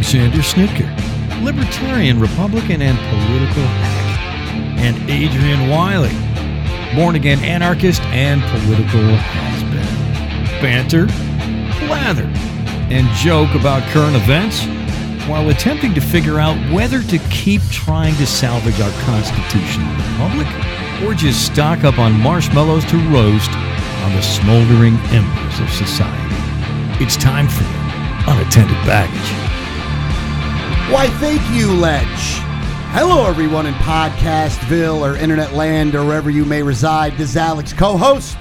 Snitker, libertarian, Republican, and political hack, and Adrian Wiley, born again anarchist and political has been. Banter, blather, and joke about current events while attempting to figure out whether to keep trying to salvage our constitutional republic or just stock up on marshmallows to roast on the smoldering embers of society. It's time for unattended baggage. Why, thank you, Ledge. Hello, everyone in Podcastville or Internet Land or wherever you may reside. This is Alex, co host,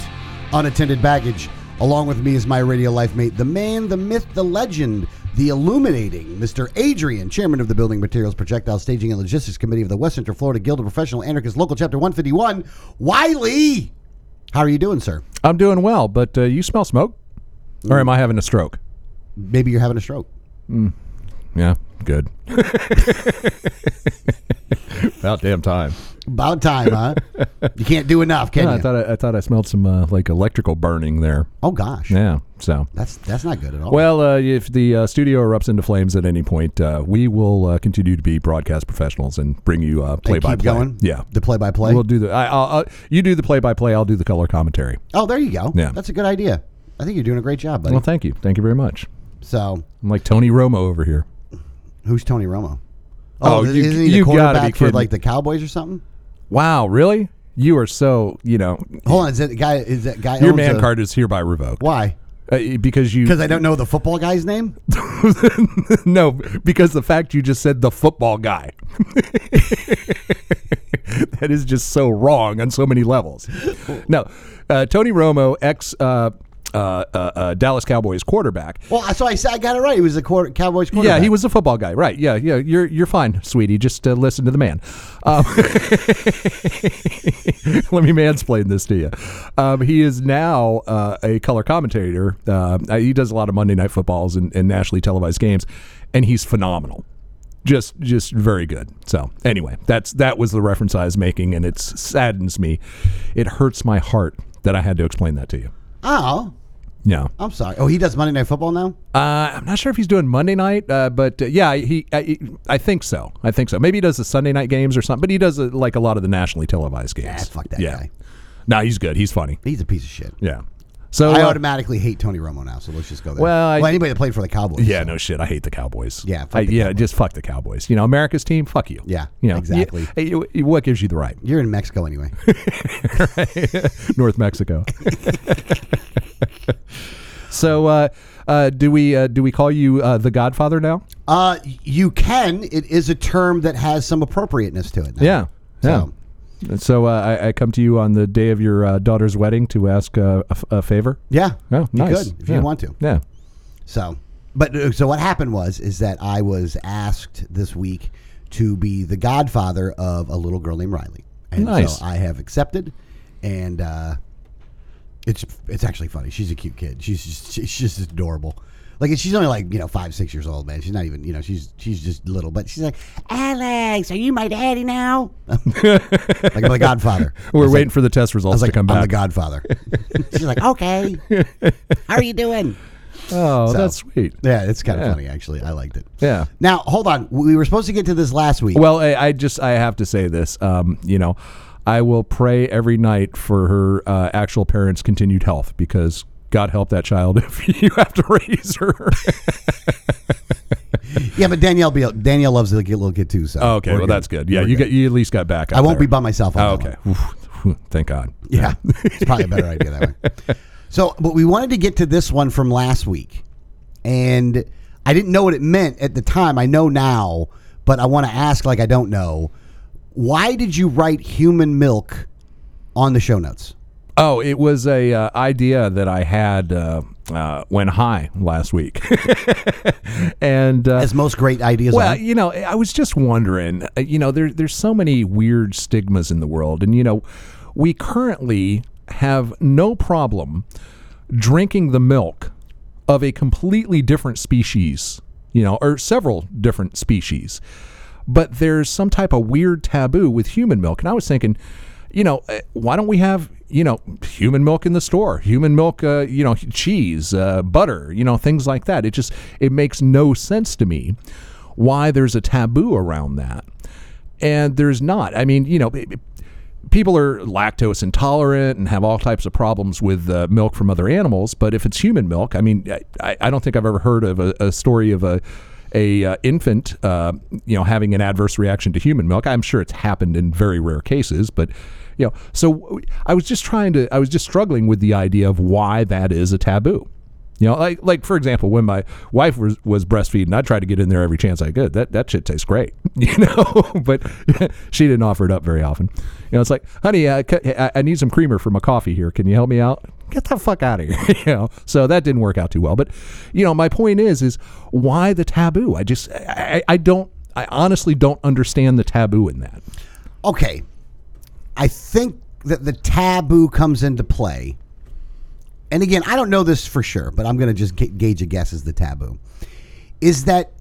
Unattended Baggage. Along with me is my radio life mate, the man, the myth, the legend, the illuminating Mr. Adrian, chairman of the Building Materials Projectile Staging and Logistics Committee of the West Central Florida Guild of Professional Anarchists, Local Chapter 151, Wiley. How are you doing, sir? I'm doing well, but uh, you smell smoke? Or am I having a stroke? Maybe you're having a stroke. Yeah, good. About damn time. About time, huh? you can't do enough, can Yeah, I you? thought I, I thought I smelled some uh, like electrical burning there. oh, gosh. Yeah, so. That's that's not good at all. Well, uh, if the uh, studio erupts into flames at any point, uh, we will uh, continue to be broadcast professionals and bring you uh, play And by keep play. going. Yeah, The play by play. we'll do the. I, I'll, I'll, you do the play by play. I'll do the color commentary. Oh, there you go. Yeah. That's a good idea. I think you're doing a great job, buddy. Well, thank you, thank you very much. so, I'm like Tony Romo over here. who's Tony Romo? Oh, th- you- isn't he the you gotta be quarterback for kidding. like the Cowboys or something? Wow, really? You are so you know. Hold on, is that guy? Is that guy? Your owns man a- card is hereby revoked. Why? Uh, because you Because I don't know the football guy's name. no, because the fact you just said the football guy. that is just so wrong on so many levels. No, uh, Tony Romo, ex uh, uh, uh, uh, Dallas Cowboys quarterback. Well, so I said I got it right. He was the quarter, Cowboys quarterback. Yeah, he was a football guy, right? Yeah, yeah. You're you're fine, sweetie. Just uh, listen to the man. Um, let me mansplain this to you. Um, he is now uh, a color commentator. Uh, he does a lot of Monday night footballs and, and nationally televised games, and he's phenomenal. Just just very good. So anyway, that's that was the reference I was making, and it saddens me. It hurts my heart that I had to explain that to you. Oh, Yeah. I'm sorry. Oh, he does Monday Night Football now. Uh, I'm not sure if he's doing Monday night, uh, but uh, yeah, he I, I think so. I think so. Maybe he does the Sunday night games or something, but he does uh, like a lot of the nationally televised games. Ah, fuck that guy. No, he's good. He's funny. He's a piece of shit. Yeah. So I uh, automatically hate Tony Romo now. So let's just go there. Well, I- well anybody that played for the Cowboys. yeah, so. no shit. I hate the Cowboys. Yeah, fuck I, the yeah, Cowboys. just fuck the Cowboys. You know, America's team. Fuck you. Yeah, you know, exactly. you- hey, you- you- what gives you the right? You're in Mexico anyway. North Mexico. so, uh, uh, do we uh, do we call you uh, the Godfather now? Uh, you can. It is a term that has some appropriateness to it. now. Yeah. Yeah. So- So uh, I, I come to you on the day of your uh, daughter's wedding to ask uh, a, f- a favor. Yeah. Oh, you nice. could if Yeah. you want to. Yeah. So, but uh, so what happened was is that I was asked this week to be the godfather of a little girl named Riley, and Nice. so I have accepted, and uh, it's it's actually funny. She's a cute kid. She's just, she's just adorable. Like she's only like you know five six years old, man. She's not even you know she's she's just little, but she's like Alex, are you my daddy now? like I'm the Godfather. I We're was like- waiting for the I test results was like to come I'm the back. Godfather. she's like okay, how are you doing? oh, So- that's sweet. Yeah, it's kind of Yeah. funny actually. I liked it. Yeah. Now, hold on. We were supposed to get to this last week. Well, I, I just I have to say this. Um, you know, I will pray every night for her uh, actual parents' continued health because God help that child if you have to raise her. yeah, but Danielle be, Danielle loves the little kid too. So okay, we're well that's good. Yeah, We're you got you at least got back. I won't be by myself. On Oh, that okay. one. Oof. Thank God. Yeah, it's probably a better idea that way. So, but we wanted to get to this one from last week, and I didn't know what it meant at the time. I know now, but I want to ask, like I don't know, why did you write human milk on the show notes? Oh, it was a uh, idea that I had uh, uh, when high last week, and uh, As most great ideas. well, are. you know, I was just wondering. uh, You know, there there's so many weird stigmas in the world, and you know, we currently have no problem drinking the milk of a completely different species, you know, or several different species. But there's some type of weird taboo with human milk, and I was thinking, you know, eh, why don't we have you know human milk in the store, human milk, uh, you know, cheese, uh, butter, you know, things like that. It just it makes no sense to me why there's a taboo around that. And there's not. I mean, you know, it- it- people are lactose intolerant and have all types of problems with uh, milk from other animals. But if it's human milk, I mean, I- I, I don't think I've ever heard of a, a story of a a uh, infant, uh, you know, having an adverse reaction to human milk. I'm sure it's happened in very rare cases, but you know, so w- I was just trying to, I was just struggling with the idea of why that is a taboo. You know, like like for example, when my wife was, was breastfeeding, I tried to get in there every chance I could. That that shit tastes great, you know. but she didn't offer it up very often. You know, it's like, honey, I, ca- I- I need some creamer for my coffee here. Can you help me out? Get the fuck out of here. you know. So that didn't work out too well. But you know, my point is, is why the taboo? I just, I, I I don't, I honestly don't understand the taboo in that. okay, I think that the taboo comes into play. And again, I don't know this for sure, but I'm going to just ga- gauge a guess as the taboo. Is that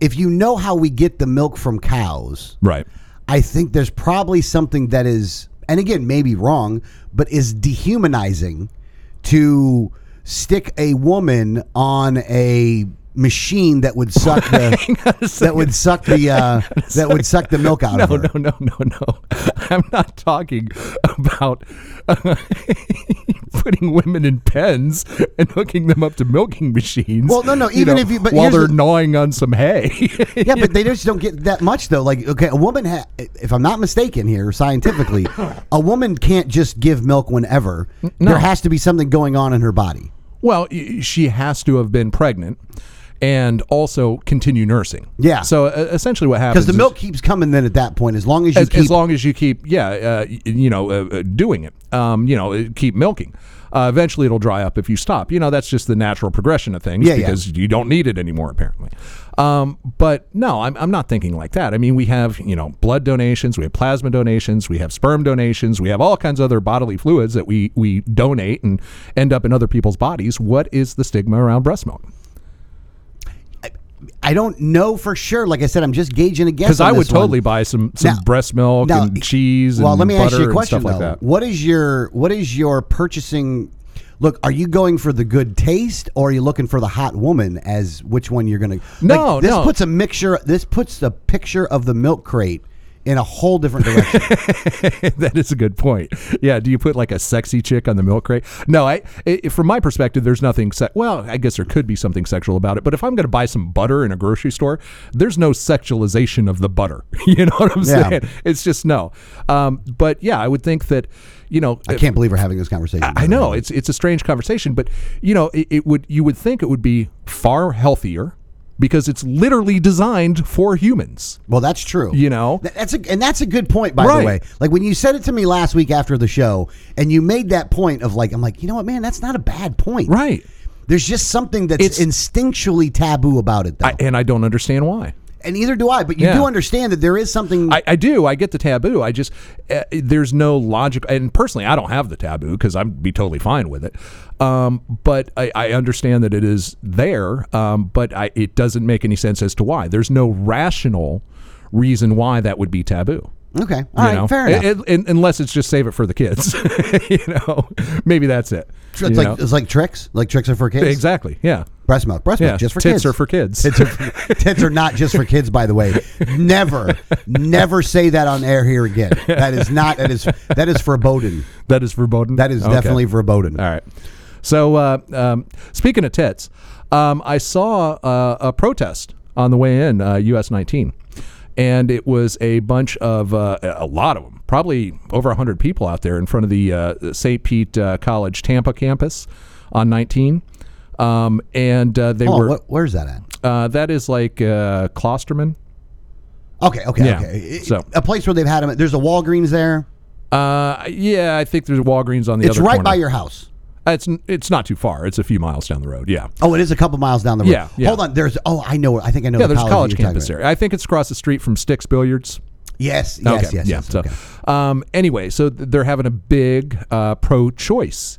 if you know how we get the milk from cows, Right. I think there's probably something that is, and again, maybe wrong, but is dehumanizing to stick a woman on a machine that would suck the that would suck the uh, that would suck the milk out of No, her. no, no, no, no. I'm not talking about uh, putting women in pens and hooking them up to milking machines. Well, no, no, even if you- but while here's they're the- gnawing on some hay. yeah, but they just don't get that much though. Like, okay, a woman, ha- if I'm not mistaken here, scientifically, a woman can't just give milk whenever. There has to be something going on in her body. Well, y- she has to have been pregnant and also continue nursing. Yeah. So uh, essentially, what Because happens the is- milk keeps coming then at that point, as long as you as, keep. as long as you keep, yeah, uh, y- you know, uh, uh, doing it, um, you know, uh, keep milking. Uh, eventually, it'll dry up if you stop. You know, that's just the natural progression of things Yeah, yeah. because you don't need it anymore, apparently. Um, but no, I'm, I'm not thinking like that. I mean, we have you know blood donations, we have plasma donations, we have sperm donations, we have all kinds of other bodily fluids that we we donate and end up in other people's bodies. What is the stigma around breast milk? I don't know for sure. Like I said, I'm just gauging a guess. Because on I this would totally one. buy some some Now- breast milk Now- and cheese. Well, and let me butter ask you a and question stuff like though. that. What is your what is your purchasing? Look, are you going for the good taste, or are you looking for the hot woman? As which one you're gonna? No, like, this no. puts a mixture. This puts the picture of the milk crate in a whole different direction. that is a good point. Yeah, do you put like a sexy chick on the milk crate? No, I i from my perspective, there's nothing. Se- well, I guess there could be something sexual about it, but if I'm going to buy some butter in a grocery store, there's no sexualization of the butter. you know what I'm Yeah. saying? It's just no. Um, but yeah, I would think that you know. I can't believe we're having this conversation. I know it's it's a strange conversation, but you know it, it would you would think it would be far healthier because it's literally designed for humans. Well, that's true. You know? Th- that's a and that's a good point by Right. the way. Like when you said it to me last week after the show, and you made that point of like, I'm like, you know what, man, that's not a bad point. Right. There's just something that's It's- instinctually taboo about it, though, I, and I don't understand why. and neither do I. But you Yeah. do understand that there is something. I, I do. I get the taboo. I just uh, there's no logic. And personally, I don't have the taboo because I'd be totally fine with it. Um, but I, I understand that it is there. Um, but I, it doesn't make any sense as to why. There's no rational reason why that would be taboo. okay, all right, you know? fair It- enough. it- un- unless it's just save it for the kids. you know, maybe that's it. It's you like know? it's like tricks. Like tricks are for kids. exactly. Yeah. Breast milk. Breast milk. Yeah. Just for Tits kids. are for kids. Tits are, for, tits are not just for kids, by the way. Never, never say that on air here again. That is not. That is that is foreboding. That is verboten. That is Okay. definitely verboten. All right. So, uh, um, speaking of tits, um, I saw uh, a protest on the way in, uh, US 19. And it was a bunch of, uh, a lot of them, probably over 100 people out there in front of the uh, St. Pete uh, College Tampa campus on 19. Um, and uh, they Hold on, were, Oh, what- where's that at? uh, that is like uh, Klosterman. Okay, okay, Yeah, okay. It- so- a place where they've had them. There's a Walgreens there. Uh, yeah, I think there's Walgreens on the It's other right corner. by your house. It's, it's not too far. It's a few miles down the road. Yeah. Oh, it is a couple miles down the road. Yeah, yeah. Hold on. There's. Oh, I know. I think I know. Yeah, the there's a college that you're talking campus about. there. I think it's across the street from Sticks Billiards. Yes. Yes. Yes. yeah. yes. so, okay. um, anyway, so th- they're having a big uh, pro-choice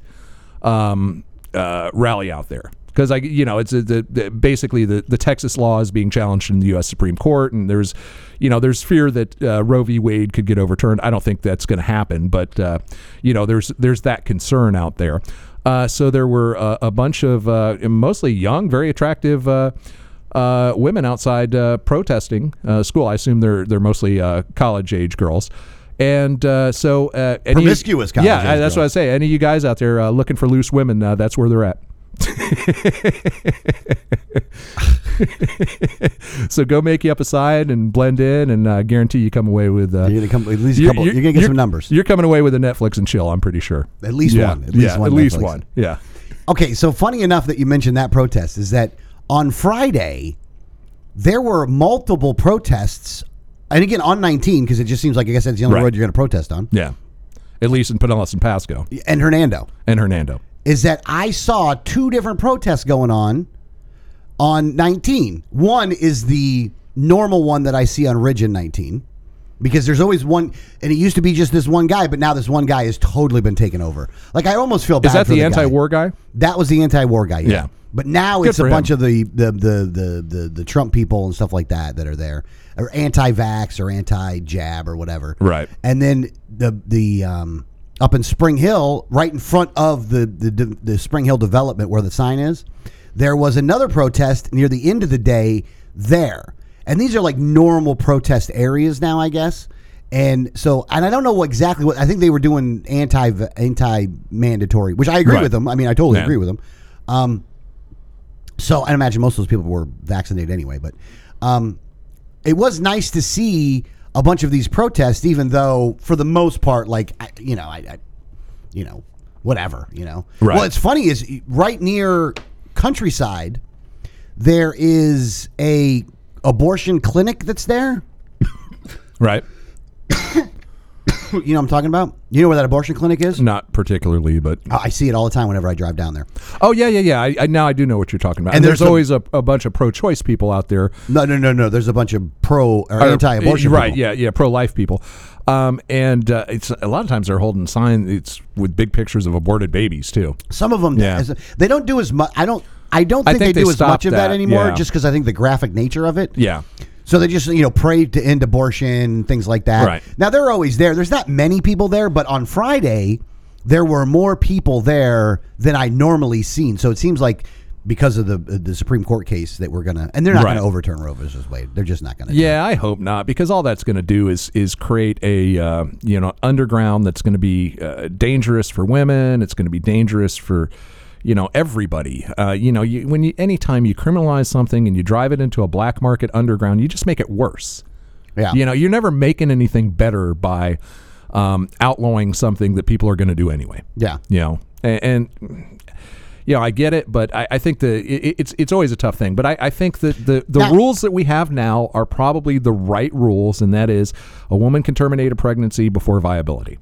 um, uh, rally out there because I, you know, it's a, the, the basically the, the Texas law is being challenged in the U.S. Supreme Court, and there's, you know, there's fear that uh, Roe v. Wade could get overturned. I don't think that's going to happen, but uh, you know, there's there's that concern out there. Uh, so there were uh, a bunch of uh, mostly young, very attractive. Uh, uh, women outside uh, protesting uh, school. I assume they're they're mostly uh, college age girls. And uh, so, uh, any, Promiscuous college Yeah, age I- that's girls. what I say. Any of you guys out there uh, looking for loose women? Uh, that's where they're at. so go make you up a side and blend in, and uh, guarantee you come away with uh, You're gonna come at least a couple. You're, gonna get some numbers. You're coming away with a Netflix and chill. I'm pretty sure. At least yeah, one. At least yeah, one At least Netflix. one. Yeah. Okay, so funny enough that you mentioned that protest is that on Friday there were multiple protests, and again on 19 because it just seems like I guess that's the only Right. road you're going to protest on. Yeah. At least in Pinellas and Pasco And Hernando and Hernando. is that I saw two different protests going on on 19. One is the normal one that I see on Ridge in 19 because there's always one, and it used to be just this one guy, but now this one guy has totally been taken over. Like I almost feel bad. Is that for the guy. anti-war guy? That was the anti-war guy. Yeah. Yeah. But now Good it's a for bunch him. of the the, the the the the Trump people and stuff like that that are there, or anti-vax or anti-jab or whatever. Right. And then the the um, up in Spring Hill, right in front of the the de- the Spring Hill development where the sign is, there was another protest near the end of the day there. And these are like normal protest areas now, I guess. And so, and I don't know exactly what I think they were doing anti anti mandatory, which I agree Right. with them. I mean, I totally Yeah. agree with them. Um, so I imagine most of those people were vaccinated anyway, but um, it was nice to see a bunch of these protests, even though for the most part, like I, you know, I, I, you know, whatever, you know. Right. Well, it's funny is right near countryside, there is a abortion clinic that's there. Right. You know what I'm talking about? You know where that abortion clinic is? Not particularly, but I I see it all the time whenever I drive down there. oh yeah, yeah, yeah. I, I now I do know what you're talking about. And And, there's there's, some- always a, a bunch of pro-choice people out there. No, no, no, no. There's a bunch of pro or Or- anti-abortion. Right. people. Yeah. Yeah. Pro-life people. Um, and uh, it's a lot of times they're holding signs. It's with big pictures of aborted babies too. Some of them, Yeah. they don't do as much. I don't. I don't I think, think they, they do as stopped much of that, that, anymore, yeah. just because I think the graphic nature of it. Yeah. So they just you know pray to end abortion things like that. Right. Now they're always there. There's not many people there, but on Friday there were more people there than I normally seen. So it seems like because of the uh, the Supreme Court case that we're gonna and they're not Right. gonna overturn Roe versus Wade. They're just not gonna. do Yeah, I hope not, because all that's going to do is is create a uh, you know underground that's going to be uh, dangerous for women. It's going to be dangerous for you know everybody. Uh, you know, you, when you anytime you criminalize something and you drive it into a black market underground, you just make it worse. it. Yeah. You know, you're never making anything better by um, outlawing something that people are going to do anyway Yeah. you know and, and you know i get it but i, I think the it, it's it's always a tough thing but i, I think that the, the Now- rules that we have now are probably the right rules and that is a woman can terminate a pregnancy before viability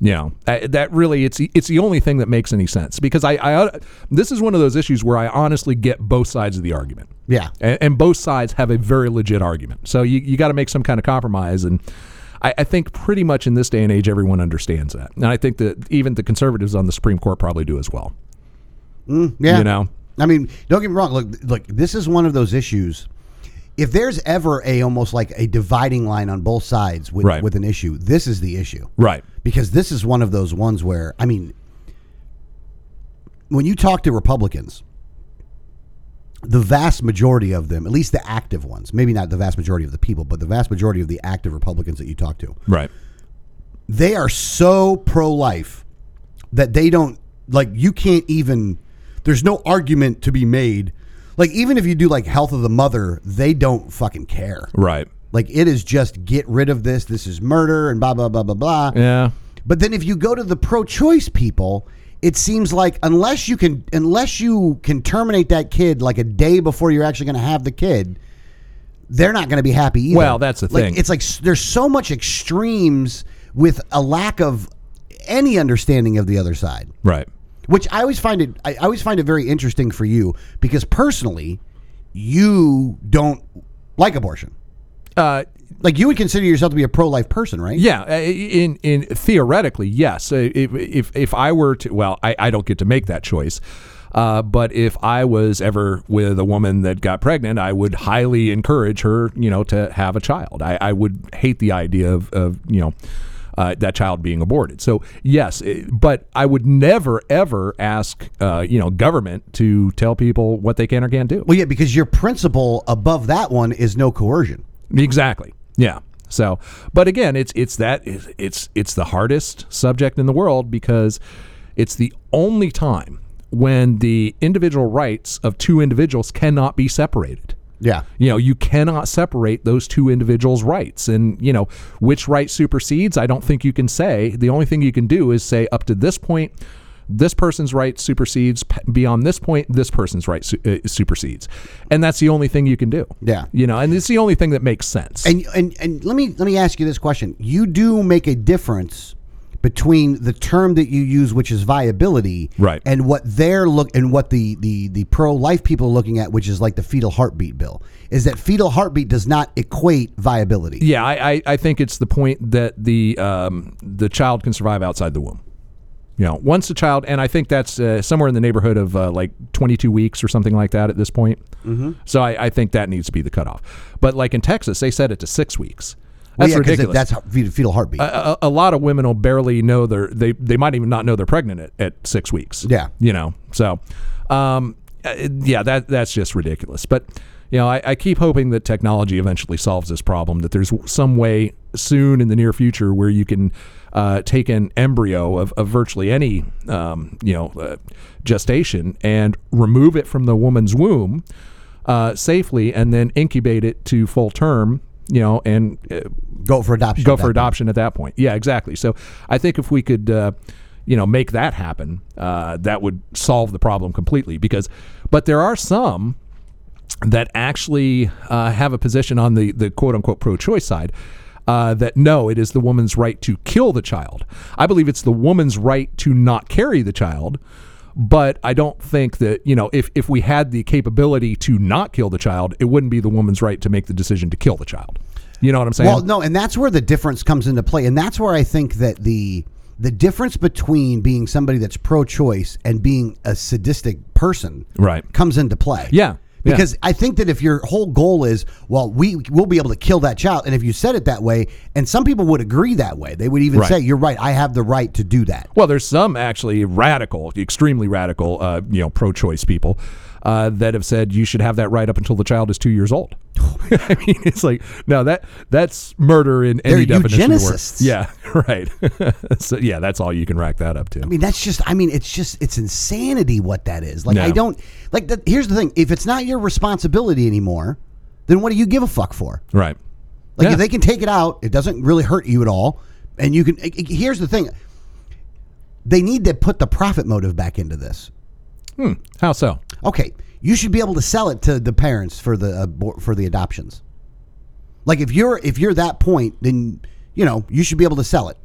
you know I, that really it's the- it's the only thing that makes any sense because I, I this is one of those issues where i honestly get both sides of the argument Yeah. and, and both sides have a very legit argument. So you, you got to make some kind of compromise. And I, I think pretty much in this day and age, everyone understands that. And I think that even the conservatives on the Supreme Court probably do as well. Mm, Yeah. You know? I mean, don't get me wrong. Look, look, this is one of those issues. If there's ever a almost like a dividing line on both sides with Right. with an issue, this is the issue. Right. Because this is one of those ones where I mean, when you talk to Republicans, the vast majority of them, at least the active ones, maybe not the vast majority of the people, but the vast majority of the active Republicans that you talk to, Right. they are so pro life that they don't like you can't even there's no argument to be made. Like even if you do like health of the mother, they don't fucking care. Right. Like it is just get rid of this. This is murder and blah blah blah blah blah. Yeah. But then if you go to the pro-choice people, it seems like unless you can unless you can terminate that kid like a day before you're actually going to have the kid, they're not going to be happy either. Well, that's the Like, thing. It's like s- there's so much extremes with a lack of any understanding of the other side Right. which I always find it I I always find it very interesting for you because personally you don't like abortion. Uh, Like you would consider yourself to be a pro-life person, right? Yeah, uh, in in theoretically, yes. Uh, If if, if I were to, well, I, I don't get to make that choice. Uh, but if I was ever with a woman that got pregnant, I would highly encourage her, you know, to have a child. I, I would hate the idea of, of you know, uh, that child being aborted. So yes, it, but I would never ever ask uh, you know government to tell people what they can or can't do. Well, yeah, because your principle above that one is no coercion. Exactly. Yeah. So, but again, it's it's that it's it's the hardest subject in the world because it's the only time when the individual rights of two individuals cannot be separated. Yeah. You know, you cannot separate those two individuals' rights. And, you know, which right supersedes, I don't think you can say. The only thing you can do is say up to this point, this person's right supersedes. P- Beyond this point, this person's right su- uh, supersedes. And that's the only thing you can do. Yeah. You know, and it's the only thing that makes sense. And and and let me let me ask you this question. You do make a difference between the term that you use, which is viability, Right. and what they're look and what the the the pro life people are looking at, which is like the fetal heartbeat bill, is that fetal heartbeat does not equate viability. yeah, I, I, I think it's the point that the um, the child can survive outside the womb. You know, once a child, and I think that's uh, somewhere in the neighborhood of uh, like 22 weeks or something like that at this point. Mm-hmm. So I, I think that needs to be the cutoff. But like in Texas, they set it to six weeks. Well, That's yeah, 'cause ridiculous. Uh, That's how- fetal fetal heartbeat. a, a a lot of women will barely know they're they they might even not know they're pregnant at, at six weeks. Yeah. you know. So, um, uh, yeah, that that's just ridiculous. But you know, I, I keep hoping that technology eventually solves this problem. That there's some way soon in the near future where you can uh, take an embryo of, of virtually any um, you know uh, gestation and remove it from the woman's womb uh, safely, and then incubate it to full term. You know, and uh, go for adoption. go at for that adoption at that point. Yeah, exactly. So I think if we could, uh, you know, make that happen, uh, that would solve the problem completely. Because, but there are some that actually uh, have a position on the the quote unquote pro choice side. Uh, that no, it is the woman's right to kill the child. I believe it's the woman's right to not carry the child, but I don't think that you know if if we had the capability to not kill the child, it wouldn't be the woman's right to make the decision to kill the child. You know what I'm saying? Well, no, and that's where the difference comes into play, and that's where I think that the the difference between being somebody that's pro-choice and being a sadistic person Right. comes into play. Yeah, yeah. Because I think that if your whole goal is, well, we will be able to kill that child, and if you said it that way, and some people would agree that way, they would even Right. say, "You're right. I have the right to do that." Well, there's some actually radical, extremely radical, uh, you know, pro-choice people uh, that have said you should have that right up until the child is two years old. I mean, it's like no, that that's murder in any They're definition. of the word. eugenicists. Yeah, right. so yeah, that's all you can rack that up to. I mean, that's just, I mean, it's just, it's insanity what that is. Like, I Yeah. don't, like, the, here's the thing if it's not your responsibility anymore, then what do you give a fuck for? right. Like Yeah. if they can take it out, it doesn't really hurt you at all. And you can. i- i- Here's the thing: they need to put the profit motive back into this. Hmm. How so? Okay, you should be able to sell it to the parents for the abor- for the adoptions. Like if you're if you're that point, then you know you should be able to sell it.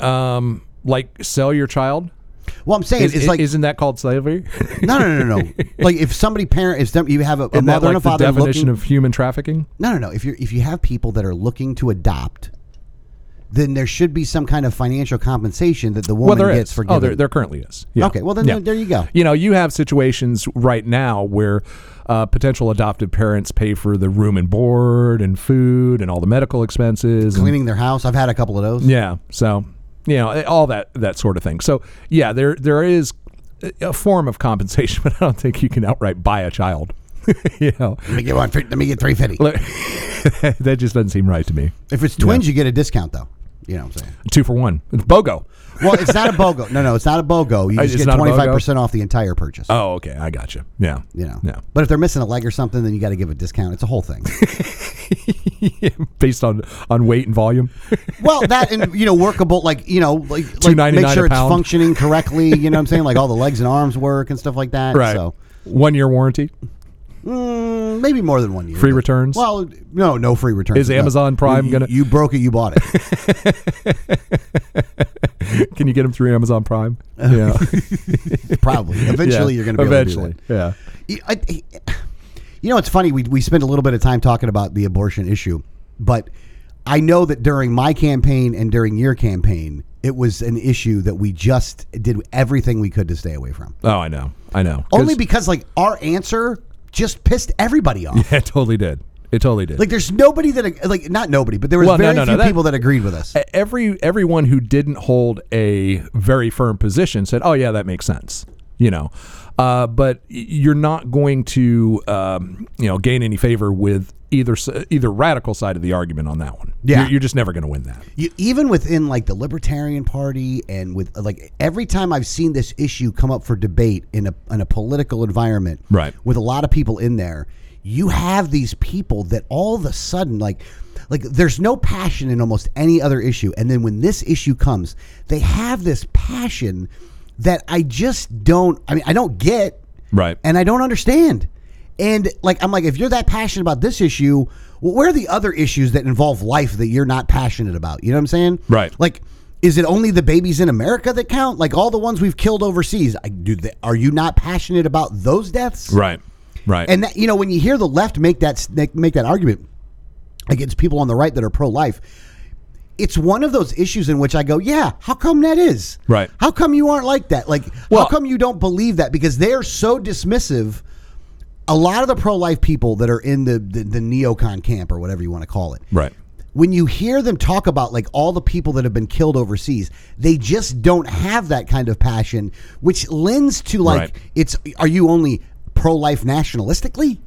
Um, like sell your child? Well, I'm saying Is, is, like isn't that called slavery? no no no no. like if somebody parent if some, you have a, a Isn't that mother and like a father the definition looking, of human trafficking? No, no, no. If you if you have people that are looking to adopt, then there should be some kind of financial compensation that the Well, woman there gets is. for giving. Oh, there, there currently is. Yeah. Okay, well then Yeah. there you go. You know, you have situations right now where uh, potential adoptive parents pay for the room and board and food and all the medical expenses. and- Cleaning their house. I've had a couple of those. yeah. So, you know, eh, all that that sort of thing. So, yeah, there there is a form of compensation, but I don't think you can outright buy a child. you know, Let me get one. Let me get three fifty. Look, that just doesn't seem right to me. If it's twins, you get a discount though. You know what I'm saying? Two for one. It's bogo. Well, it's not a bogo. No, no, it's not a bogo. You Uh, just it's get not a twenty BOGO? five percent off the entire purchase. Oh, okay. I got you. Yeah. you know. Yeah. But if they're missing a leg or something, then you got to give a discount. It's a whole thing. Based on on weight and volume. well, that and you know workable like you know like, like make $2.99 sure a it's pound. functioning correctly. You know what I'm saying? Like all the legs and arms work and stuff like that. So One year warranty. mm, maybe more than one year. Free but- returns? Well, no, no free returns. Is No. Amazon Prime You- gonna- You broke it. You bought it. Can you get them through Amazon Prime? Yeah. Probably. Eventually, Yeah, you're going to be eventually. Able to do that. Yeah. You- I- I- you know, it's funny. We, we spent a little bit of time talking about the abortion issue, but I know that during my campaign and during your campaign, it was an issue that we just did everything we could to stay away from. Oh, I know. I know. Only 'Cause- because, like, our answer just pissed everybody off. it totally did. It totally did. Like, there's nobody that like not nobody, but there was Well, no, very no, no, few that- people that agreed with us. E-, every everyone who didn't hold a very firm position said, "Oh yeah, that makes sense." You know, uh, but y- you're not going to um, you know gain any favor with either s- either radical side of the argument on that one. Yeah. you're, you're just never going to win that. You, even within like the Libertarian Party and with like every time I've seen this issue come up for debate in a in a political environment, Right. With a lot of people in there, you have these people that all of a sudden like like there's no passion in almost any other issue, and then when this issue comes, they have this passion that I just don't. I mean, I don't get Right. and I don't understand. And like I'm like, if you're that passionate about this issue, well, where are the other issues that involve life that you're not passionate about? You know what I'm saying? Right. Like, is it only the babies in America that count? Like all the ones we've killed overseas? I, do they, are you not passionate about those deaths? Right. Right. And that, you know, when you hear the left make that make, make that argument against people on the right that are pro life, it's one of those issues in which I go, yeah, how come that is? Right. How come you aren't like that? Like, Well- how come you don't believe that? Because they're so dismissive. A lot of the pro life people that are in the, the the neocon camp or whatever you want to call it, right. when you hear them talk about like all the people that have been killed overseas, they just don't have that kind of passion, which lends to like Right. it's are you only pro life nationalistically?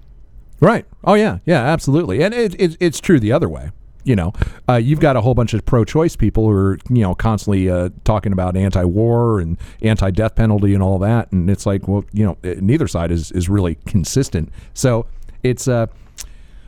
Right. Oh yeah. Yeah. Absolutely. And it, it, it's true the other way. You know, uh, you've got a whole bunch of pro-choice people who are you know constantly uh, talking about anti-war and anti-death penalty and all that, and it's like, well, you know, eh, neither side is is really consistent. So it's uh,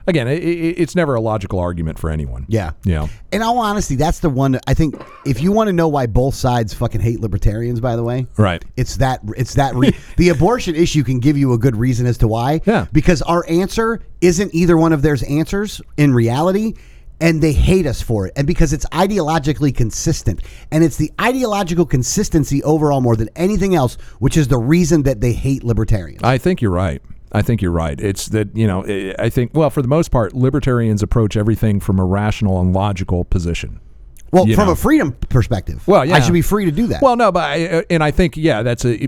again, it, it, it's never a logical argument for anyone. Yeah. Yeah. In all honesty, that's the one that I think if you want to know why both sides fucking hate libertarians, by the way, Right. It's that it's that re- the abortion issue can give you a good reason as to why. Yeah. Because our answer isn't either one of their answers in reality, and they hate us for it, and because it's ideologically consistent, and it's the ideological consistency overall more than anything else, which is the reason that they hate libertarians. I think you're right. I think you're right. It's that you know, eh, I think well, for the most part, libertarians approach everything from a rational and logical position. Well, you from know. a freedom perspective, Well, yeah. I should be free to do that. Well, no, but I, uh, and I think yeah, that's a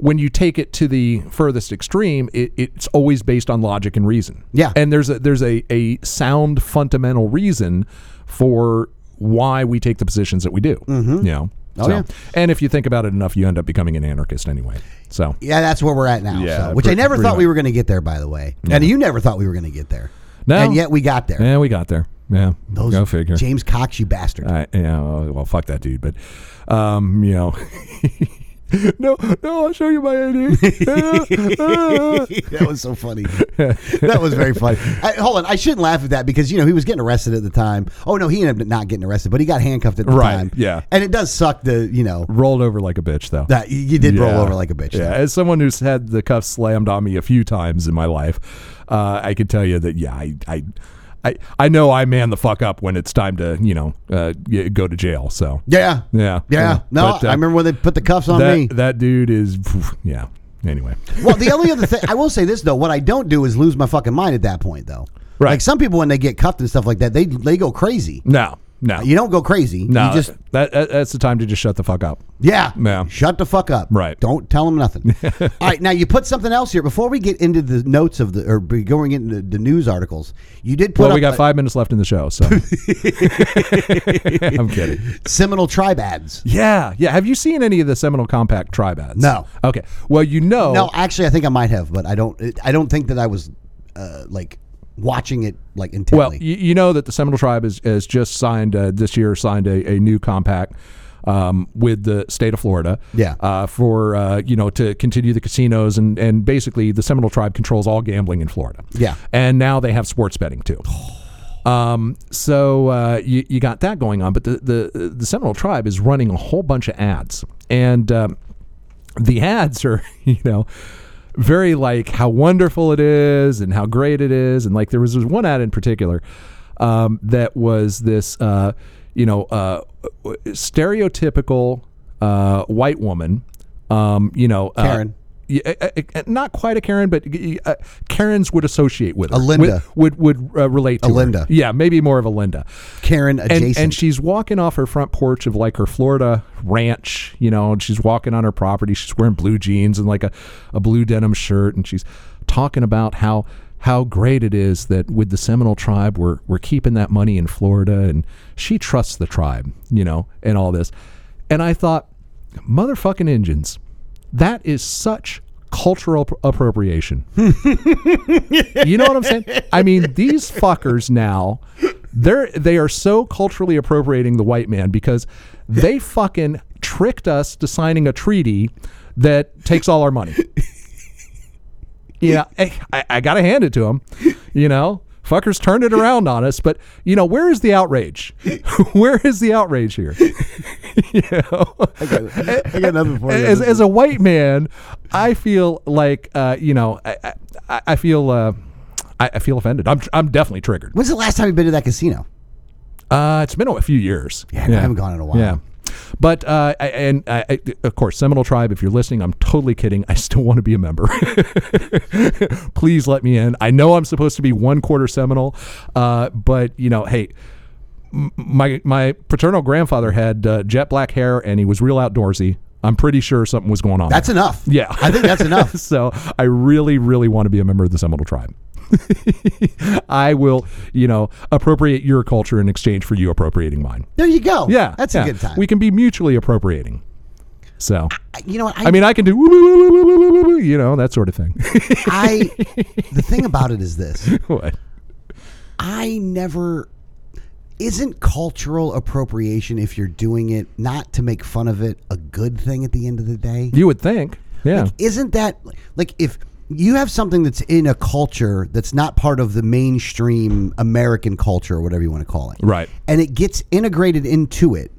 when you take it to the furthest extreme, it, it's always based on logic and reason. Yeah. and there's a there's a, a sound fundamental reason for why we take the positions that we do. Mm-hmm. You know. Oh, So- yeah. and if you think about it enough, you end up becoming an anarchist anyway. So Yeah, that's where we're at now. Yeah, so, which I pretty- never pretty thought we much. were going to get there, by the way. And you never thought we were going to get there. No. And yet we got there. yeah, we got there. Yeah, Those- go figure. Uh. James Cox, you bastard. I, you know, well, fuck that dude, but, um, you know, no, no, I'll show you my ID. that was so funny. that was very funny. I, hold on, I shouldn't laugh at that because you know he was getting arrested at the time. Oh no, he ended up not getting arrested, but he got handcuffed at the Right, time. yeah. and it does suck. The you know Rolled over like a bitch, though. that you- you did roll Yeah. over like a bitch. Yeah, though. as someone who's had the cuff slammed on me a few times in my life, uh, I could tell you that yeah, I, I, I, I know I man the fuck up when it's time to you know uh, y- go to jail. So yeah, yeah, yeah. No, But, uh, I remember when they put the cuffs on that me. that dude is yeah. Anyway, well, the only other thing I will say this though, what I don't do is lose my fucking mind at that point though. Right. Like some people when they get cuffed and stuff like that, they they go crazy. no, no, You don't go crazy. no. You just that, that that's the time to just shut the fuck up. yeah. Yeah. Shut the fuck up. Right. Don't tell them nothing. All right. Now you put something else here before we get into the notes of the or be going into the news articles. You did put Well, up uh, we got a- five minutes left in the show, so I'm kidding. Seminole tribe ads. Yeah, yeah. Have you seen any of the Seminole Compact tribe ads? No. Okay. Well, you know. No, actually, I think I might have, but I don't. It, I don't think that I was uh, like watching it like intently. Well, you, you know that the Seminole Tribe has, has just signed uh, this year signed a, a new compact um, with the state of Florida. Yeah. Uh, for uh, you know to continue the casinos and and basically the Seminole Tribe controls all gambling in Florida. Yeah. And now they have sports betting too. Um, so uh, you, you got that going on, but the, the the Seminole Tribe is running a whole bunch of ads, and um, the ads are you know very like how wonderful it is and how great it is, and like there was, there was one ad in particular um, that was this uh, you know uh, stereotypical uh, white woman, um, you know uh, Karen. yeah, uh, uh, uh, not quite a Karen, but uh, Karens would associate with her. A Linda. would would, would uh, relate to A her. Linda. Yeah, maybe more of a Linda. Karen And adjacent. and she's walking off her front porch of like her Florida ranch, you know, and she's walking on her property. She's wearing blue jeans and like a, a blue denim shirt, and she's talking about how how great it is that with the Seminole tribe, we're we're keeping that money in Florida, and she trusts the tribe, you know, and all this. And I thought, motherfucking Indians, that is such cultural ap- appropriation. you know what I'm saying? I mean, these fuckers now, they're they are so culturally appropriating the white man because they fucking tricked us to signing a treaty that takes all our money. Yeah, I, I, I got to hand it to them. You know, fuckers turned it around on us. But you know, where is the outrage? where is the outrage here? you know, I got nothing for you. as, as a white man, I feel like uh, you know, I I, I feel uh, I, I feel offended. I'm tr- I'm definitely triggered. When's the last time you've been to that casino? Uh, it's been a few years. Yeah, I haven't gone in a while. Yeah. But uh, I- and I, I, of course, Seminole Tribe. If you're listening, I'm totally kidding. I still want to be a member. Please let me in. I know I'm supposed to be one quarter Seminole, uh, but you know, hey, m- my my paternal grandfather had uh, jet black hair and he was real outdoorsy. I'm pretty sure something was going on. That's enough. Yeah. I think that's enough. so I really, really want to be a member of the Seminole Tribe. I will, you know, appropriate your culture in exchange for you appropriating mine. There you go. Yeah, That's yeah. a good time. We can be mutually appropriating. So, you know what? I mean, I can do, woo, woo, woo, woo, woo, woo, woo, woo, you know, that sort of thing. I the thing about it is this. what? I never isn't cultural appropriation if you're doing it not to make fun of it a good thing at the end of the day? You would think, yeah, Isn't that like if you have something that's in a culture that's not part of the mainstream American culture or whatever you want to call it. right. And it gets integrated into it.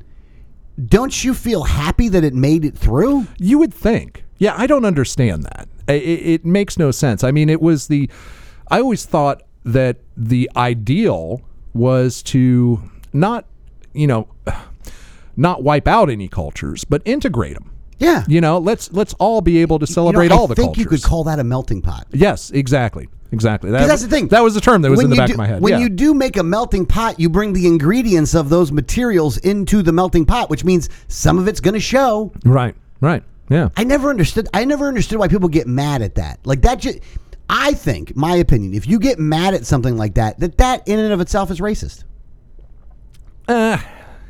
Don't you feel happy that it made it through? You would think. Yeah, I don't understand that. I- i- It, it makes no sense. I mean, it was the. I always thought that the ideal was to not, you know, not wipe out any cultures, but integrate them. Yeah. You know, let's let's all be able to You know, celebrate all the I think cultures. you could call that a melting pot. yes, exactly, exactly. That, 'Cause that's the thing. That was the term that was in the you back do, of my head. When yeah. you do make a melting pot, you bring the ingredients of those materials into the melting pot, which means some of it's going to show. right, right, yeah, I never understood. I never understood why people get mad at that. Like that. Just, I think, my opinion, if you get mad at something like that, that that in and of itself is racist. Uh,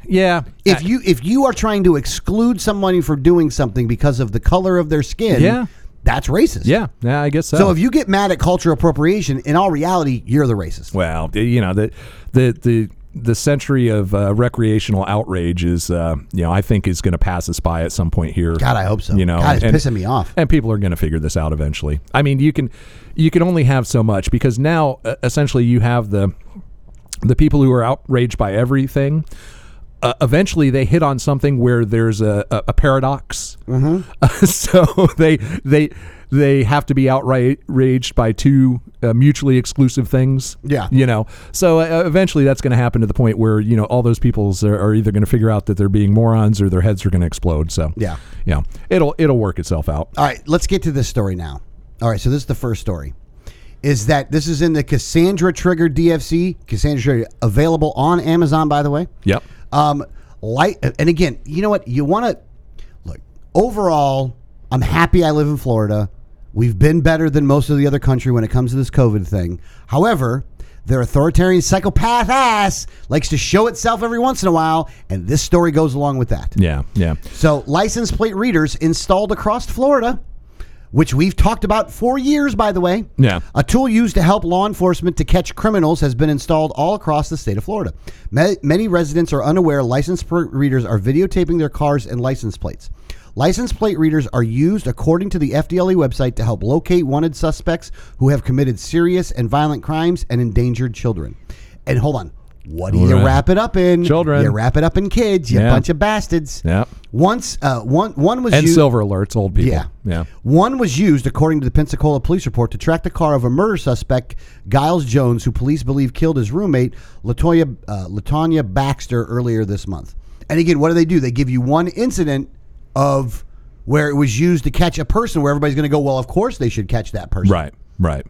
yeah. If you if you are trying to exclude someone for doing something because of the color of their skin, Yeah. that's racist. yeah, yeah, I guess so. So if you get mad at cultural appropriation, in all reality, you're the racist. Well, the- you know the the the the century of uh, recreational outrage is, uh, you know, I think is going to pass us by at some point here. God, I hope so. You know, God, it's and- pissing me off. and people are going to figure this out eventually. I mean, you can you can only have so much because now uh, essentially you have the the people who are outraged by everything. Uh, eventually, they hit on something where there's a, a, a paradox. Mm-hmm. so they they they have to be outraged by two uh, mutually exclusive things. Yeah. you know. So uh, eventually, that's going to happen to the point where you know all those peoples are, are either going to figure out that they're being morons or their heads are going to explode. So Yeah. yeah, it'll it'll work itself out. All right, let's get to this story now. All right, so this is the first story. Is that this is in the Cassandra Trigger DFC? Cassandra Trigger available on Amazon, by the way. Yep. Um, light, and again, you know what? You want to look overall. I'm happy I live in Florida. We've been better than most of the other country when it comes to this COVID thing. However, their authoritarian psychopath ass likes to show itself every once in a while, and this story goes along with that. Yeah. Yeah. So, license plate readers installed across Florida, which we've talked about for years, by the way. Yeah. A tool used to help law enforcement to catch criminals has been installed all across the state of Florida. Ma- Many residents are unaware license plate readers are videotaping their cars and license plates. License plate readers are used, according to the FDLE E website, to help locate wanted suspects who have committed serious and violent crimes and endangered children. And hold on. What do you Right. wrap it up in? Children. You wrap it up in kids, you Yeah. bunch of bastards. Yeah. Once, uh, one one was And used, silver alerts, old people. Yeah, Yeah. One was used, according to the Pensacola police report, to track the car of a murder suspect, Giles Jones, who police believe killed his roommate Latoya uh, Latonya Baxter earlier this month. And again, what do they do? They give you one incident of where it was used to catch a person, where everybody's going to go, well, of course they should catch that person. Right. Right.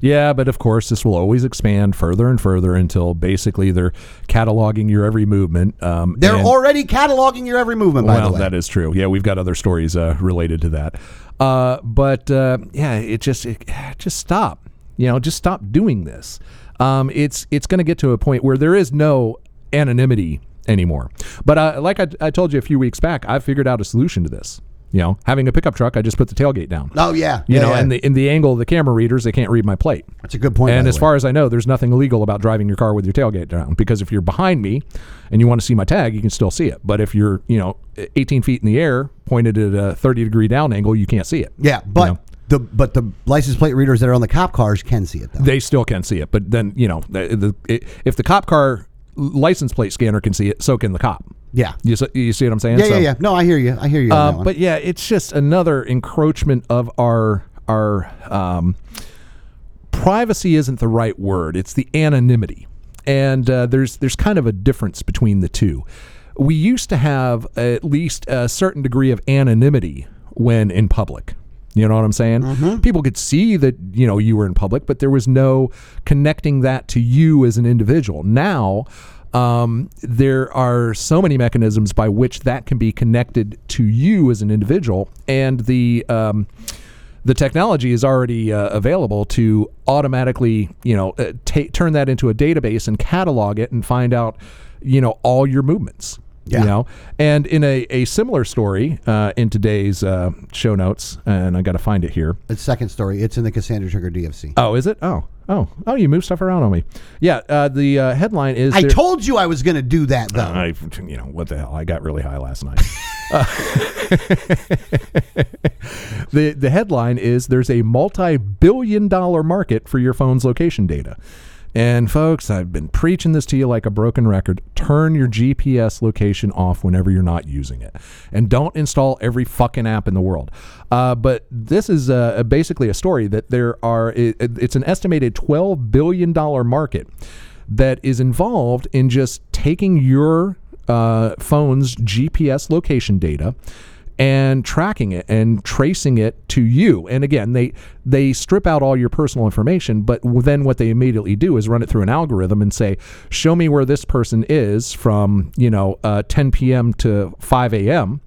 Yeah, but of course, this will always expand further and further until basically they're cataloging your every movement. Um, They're and- already cataloging your every movement. By well, the way, that is true. Yeah, we've got other stories uh, related to that. Uh, but uh, yeah, it just it, just stop. You know, just stop doing this. Um, it's it's going to get to a point where there is no anonymity anymore. But uh, like I, I told you a few weeks back, I figured out a solution to this. You know, having a pickup truck, I just put the tailgate down. Oh yeah, You yeah, know, yeah. and the in the angle of the camera readers, they can't read my plate. that's a good point. by And the as way. far as I know, there's nothing illegal about driving your car with your tailgate down because if you're behind me and you want to see my tag, you can still see it. But if you're, you know, 18 feet in the air, pointed at a 30 degree down angle, you can't see it. yeah, but know. the but the license plate readers that are on the cop cars can see it though. They still can see it. But then, you know, the, the, if the cop car license plate scanner can see it, so can the cop. yeah, You, s- you see what I'm saying? yeah, So- yeah, yeah. No, I hear you. I hear you. on that Uh, one. but yeah, it's just another encroachment of our our um, privacy. Isn't the right word? It's the anonymity, and uh, there's there's kind of a difference between the two. We used to have at least a certain degree of anonymity when in public. You know what I'm saying? People could see that you know you were in public, but there was no connecting that to you as an individual. Now, um, there are so many mechanisms by which that can be connected to you as an individual, and the um, the technology is already uh, available to automatically, you know, uh, ta turn that into a database and catalog it and find out, you know, all your movements. Yeah. You know, and in a, a similar story uh, in today's uh, show notes, and I got to find it here. It's second story. It's in the Cassandra Trigger DFC. Oh, is it? Oh, oh, oh! You move stuff around on me. Yeah. Uh, the uh, headline is. I there- Uh-huh. told you I was going to do that though. I, you know, what the hell? I got really high last night. Uh, the the headline is there's a multi-billion dollar market for your phone's location data. And folks, I've been preaching this to you like a broken record. Turn your GPS location off whenever you're not using it, and don't install every fucking app in the world. Uh, but this is uh, basically a story that there are. It, it's an estimated twelve billion dollar market that is involved in just taking your uh, phone's GPS location data and tracking it and tracing it to you. And again, they they strip out all your personal information, but w- then what they immediately do is run it through an algorithm and say, "Show me where this person is from you know uh, 10 p.m. to 5 a.m."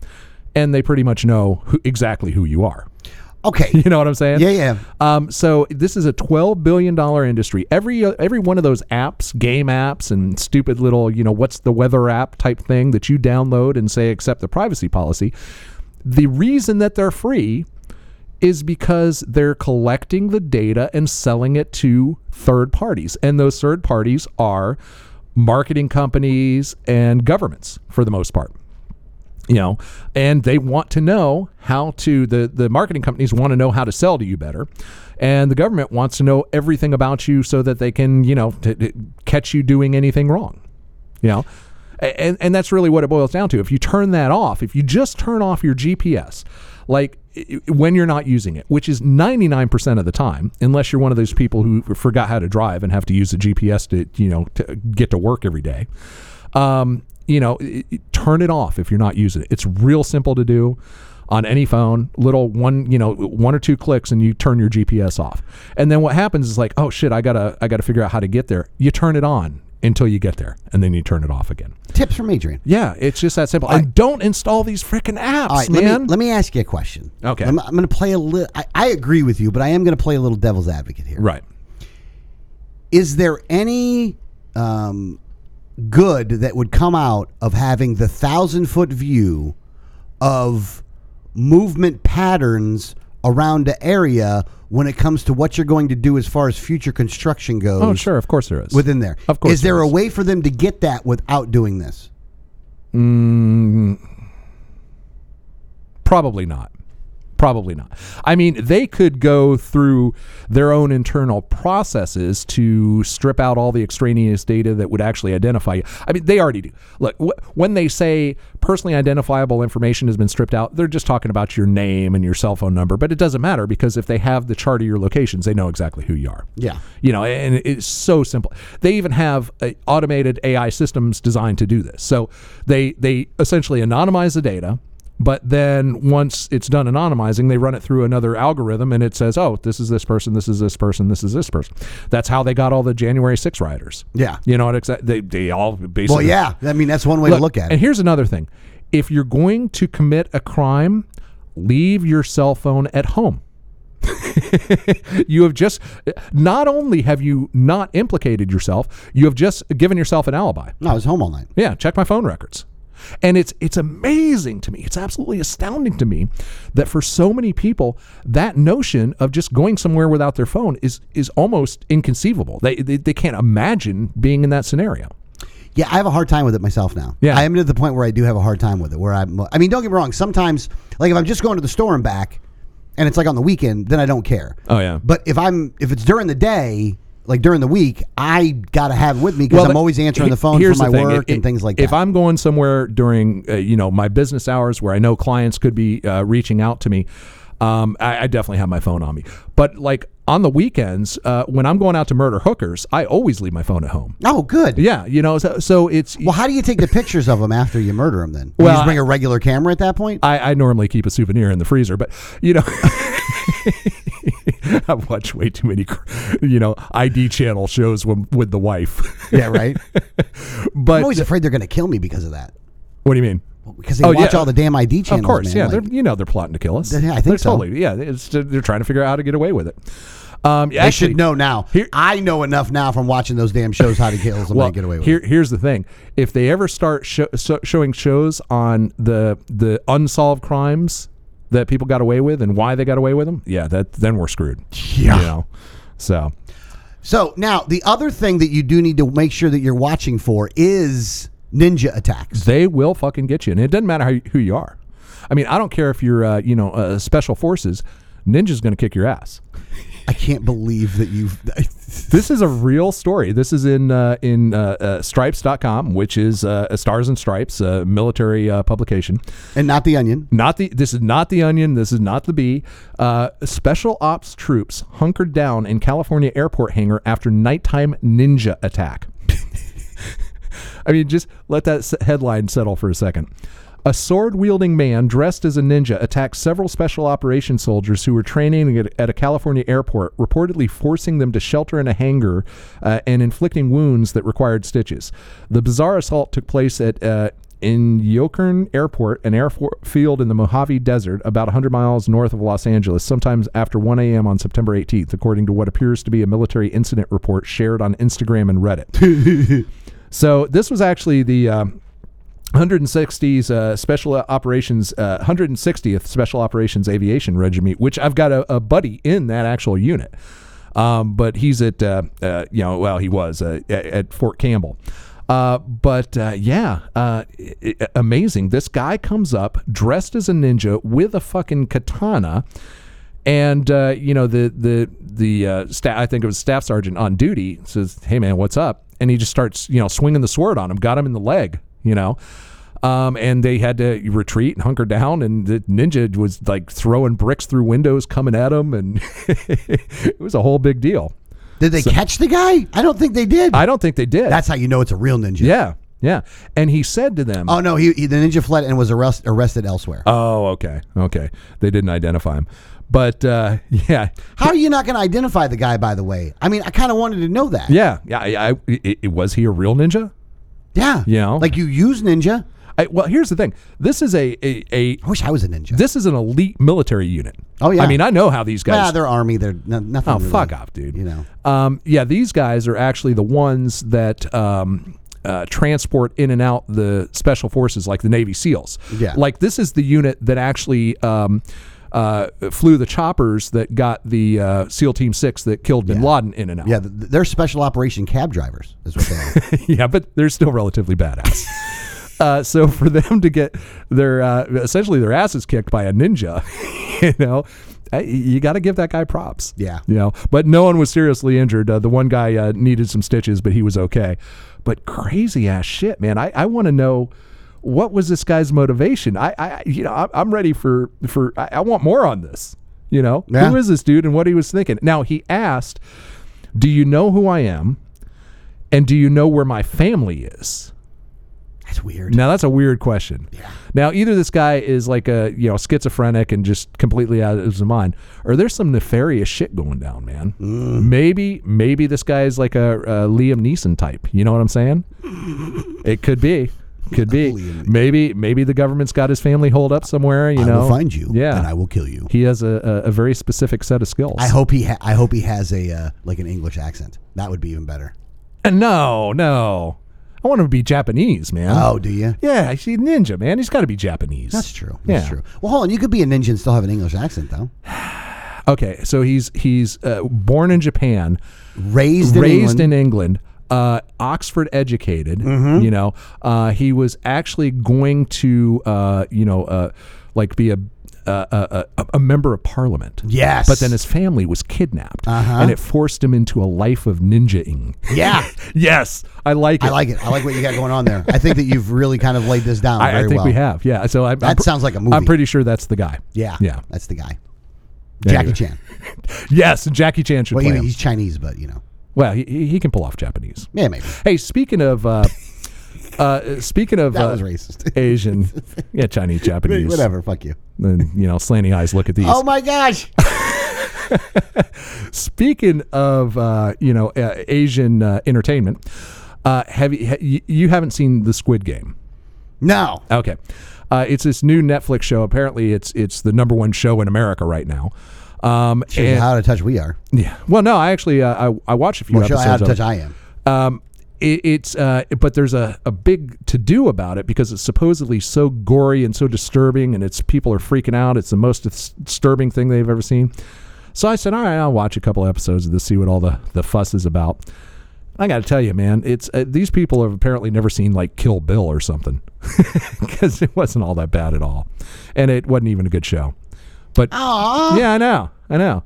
And they pretty much know who, exactly who you are. okay. You know what I'm saying? Yeah, yeah. Um, so this is a twelve billion dollar industry. Every every one of those apps, game apps, and stupid little you know what's the weather app type thing that you download and say accept the privacy policy. The reason that they're free is because they're collecting the data and selling it to third parties, and those third parties are marketing companies and governments for the most part you know and they want to know how to the the marketing companies want to know how to sell to you better and the government wants to know everything about you so that they can you know t- t- catch you doing anything wrong you know A- and and that's really what it boils down to if you turn that off if you just turn off your gps like i- i- when you're not using it which is 99% of the time unless you're one of those people who forgot how to drive and have to use the gps to you know to get to work every day um, you know, i- i- turn it off if you're not using it. It's real simple to do on any phone. Little one, you know, one or two clicks, and you turn your GPS off. And then what happens is like, oh shit, I gotta, I gotta figure out how to get there. You turn it on until you get there, and then you turn it off again. Tips from Adrian. Yeah, it's just that simple. and don't install these freaking apps, All right, man. let me, let me ask you a question. Okay. I'm, I'm going to play a little. I, I agree with you, but I am going to play a little devil's advocate here. Is right. there any um, good that would come out of having the thousand foot view of movement patterns around the area when it comes to what you're going to do as far as future construction goes? Oh, sure. Of course there is. Within there, Of course is there there a is. way for them to get that without doing this? Probably not. Probably not. I mean, they could go through their own internal processes to strip out all the extraneous data that would actually identify you. I mean, they already do. Look, wh- when they say personally identifiable information has been stripped out, they're just talking about your name and your cell phone number, but it doesn't matter because if they have the chart of your locations, they know exactly who you are. Yeah. You know, and it's so simple. They even have uh, automated AI systems designed to do this. So they they essentially anonymize the data, but then once it's done anonymizing, they run it through another algorithm and it says, "Oh, this is this person, this is this person, this is this person." That's how they got all the January 6 rioters. Yeah. You know what exa- they they all basically Well, yeah. I mean, that's one way to look at it. and here's another thing. If you're going to commit a crime, leave your cell phone at home. you have just not only have you not implicated yourself, you have just given yourself an alibi. No, I was home all night. Yeah, check my phone records. And it's it's amazing to me. It's absolutely astounding to me that for so many people, that notion of just going somewhere without their phone is is almost inconceivable. They they, they can't imagine being in that scenario. Yeah, I have a hard time with it myself now. Yeah. I am to the point where I do have a hard time with it. Where I'm, I mean, don't get me wrong. Sometimes, like if I'm just going to the store and back, and it's like on the weekend, then I don't care. Oh, yeah. But if I'm, if it's during the day, like during the week, I gotta have it with me because I'm the- always answering he- the phone for here's my the thing. work If- and things like if that. I'm going somewhere during uh, you know my business hours where I know clients could be uh, reaching out to me, um, I, I definitely have my phone on me. But like on the weekends uh, when I'm going out to murder hookers, I always leave my phone at home. oh, good. Yeah, you know, so, so it's Well, how do you take the pictures of them after you murder them? Then you Well, just bring a regular camera at that point. I, I normally keep a souvenir in the freezer, but you know, I watch way too many, you know, ID channel shows when, with the wife. yeah, right. But I'm always afraid they're gonna kill me because of that. what do you mean? Because they Oh, watch yeah. all the damn ID channels. Of course, man. yeah. Like, they're, you know, they're plotting to kill us. Yeah, I think they're so. Totally, yeah. It's, they're trying to figure out how to get away with it. Um, they should know now. here- I know enough now from watching those damn shows how to kill somebody Well, and get away with. here, it. here's the thing: if they ever start sho- so- showing shows on the the unsolved crimes that people got away with and why they got away with them, yeah, that then we're screwed. Yeah. You know? So So now the other thing that you do need to make sure that you're watching for is ninja attacks. they will fucking get you, and it doesn't matter how you, who you are. I mean, I don't care if you're, uh, you know, uh, special forces. Ninja's going to kick your ass. I can't believe that you've. This is a real story. This is in uh, in uh, uh, Stripes.com, which is uh, Stars and Stripes, uh, military uh, publication. and not the onion. Not the this is not the Onion. This is not the Bee. Uh, special ops troops hunkered down in California airport hangar after nighttime ninja attack. I mean, just let that s- headline settle for a second. A sword wielding man dressed as a ninja attacked several special operations soldiers who were training at, at a California airport, reportedly forcing them to shelter in a hangar uh, and inflicting wounds that required stitches. The bizarre assault took place at uh, in Yokern Airport, an airfield in the Mojave Desert, about 100 miles north of Los Angeles, sometimes after 1 a.m. on September 18th, according to what appears to be a military incident report shared on Instagram and Reddit. So this was actually the um, 160s uh, Special Operations uh, 160th Special Operations Aviation Regiment, which I've got a, a buddy in that actual unit. Um, but he's at uh, uh, you know well he was uh, at, at Fort Campbell. Uh, but uh, yeah, uh, i- i- amazing. This guy comes up dressed as a ninja with a fucking katana and uh, you know the the the uh, sta- I think it was staff sergeant on duty says, "Hey man, what's up?" And he just starts you know swinging the sword on him, got him in the leg, you know. Um, and they had to retreat and hunker down, and the ninja was like throwing bricks through windows, coming at him, and it was a whole big deal. Did they catch the guy? I don't think they did. I don't think they did. That's how you know it's a real ninja. yeah, yeah. And he said to them, Oh no, he, he the ninja fled and was arrest, arrested elsewhere. "Oh, okay, okay." They didn't identify him, but uh, yeah, how are you not going to identify the guy? By the way, I mean, I kind of wanted to know that. yeah, yeah. I, I, i- i- was he a real ninja? Yeah. You know? Like you use ninja. I, well, here's the thing. This is a, a, a I wish I was a ninja. this is an elite military unit. Oh, yeah. I mean, I know how these Nah, guys. they're army. They're no, nothing. oh, really, fuck off, dude. You know. Um, yeah, these guys are actually the ones that um, uh, transport in and out the special forces, like the Navy SEALs. Yeah. Like this is the unit that actually. Um, uh, flew the choppers that got the uh, SEAL Team Six that killed Bin Laden in and out. Yeah, th- th- they're special operation cab drivers. Is what they are. yeah, but they're still relatively badass. Uh, so for them to get their uh, essentially their asses kicked by a ninja, you know, uh, you got to give that guy props. Yeah. you know, but no one was seriously injured. Uh, the one guy uh, needed some stitches, but he was okay. But crazy ass shit, man. I, I want to know what was this guy's motivation. I, I you know, I'm, I'm ready for for I, I want more on this. You know, Yeah. who is this dude and what he was thinking? Now he asked, "Do you know who I am?" And do you know where my family is? That's weird. Now that's a weird question. Now either this guy is like a you know schizophrenic and just completely out of his mind, or there's some nefarious shit going down, man. Maybe maybe this guy is like a, a Liam Neeson type. You know what I'm saying? it could be. Could be. Clearly. Maybe maybe the government's got his family holed up somewhere. You I know, will find you, Yeah, and I will kill you. He has a, a, a very specific set of skills. I hope he. Ha- I hope he has a uh, like an English accent. That would be even better. And no, no, I want him to be Japanese, man. Oh, do you? yeah, he's a ninja, man. He's got to be Japanese. That's true. That's Yeah. true. Well, hold on. You could be a ninja and still have an English accent, though. Okay, so he's he's uh, born in Japan, Raised in raised England. in England, uh, Oxford educated. Mm-hmm. You know, uh, he was actually going to uh, you know uh, like be a a, a a member of parliament. Yes. Uh-huh. But then his family was kidnapped, and it forced him into a life of ninjaing. yeah, yes, I like it. I like it. I like what you got going on there. I think that you've really kind of laid this down I, I very think well. we have. Yeah. So I, That sounds like a movie. I'm pretty sure that's the guy. Yeah. Yeah. That's the guy. Anyway. Jackie Chan. Yes, Jackie Chan should Well, play he, him. he's Chinese, but you know, Well, he, he he can pull off Japanese. yeah, maybe Hey, speaking of, uh, uh, speaking of that uh, was racist. Asian, yeah, Chinese, Japanese, Whatever. Fuck you. Then you know, slanty eyes. Look at these. Oh my gosh. Speaking of, uh, you know, uh, Asian uh, entertainment, uh, have you, ha- you you haven't seen the Squid Game? No. Okay, uh, it's this new Netflix show. Apparently, it's it's the number one show in America right now. Um, Shows you and- how out of touch we are. yeah. Well, no, I actually uh, I I watched a few Or shows you episodes. how out of of it. touch I am. Um, it, it's uh, but there's a, a big to do about it because it's supposedly so gory and so disturbing, and it's people are freaking out. It's the most dis- disturbing thing they've ever seen. So I said, all right, I'll watch a couple episodes of this, see what all the the fuss is about. I got to tell you, man, it's uh, these people have apparently never seen like Kill Bill or something because it wasn't all that bad at all, and it wasn't even a good show. But yeah, I know, I know,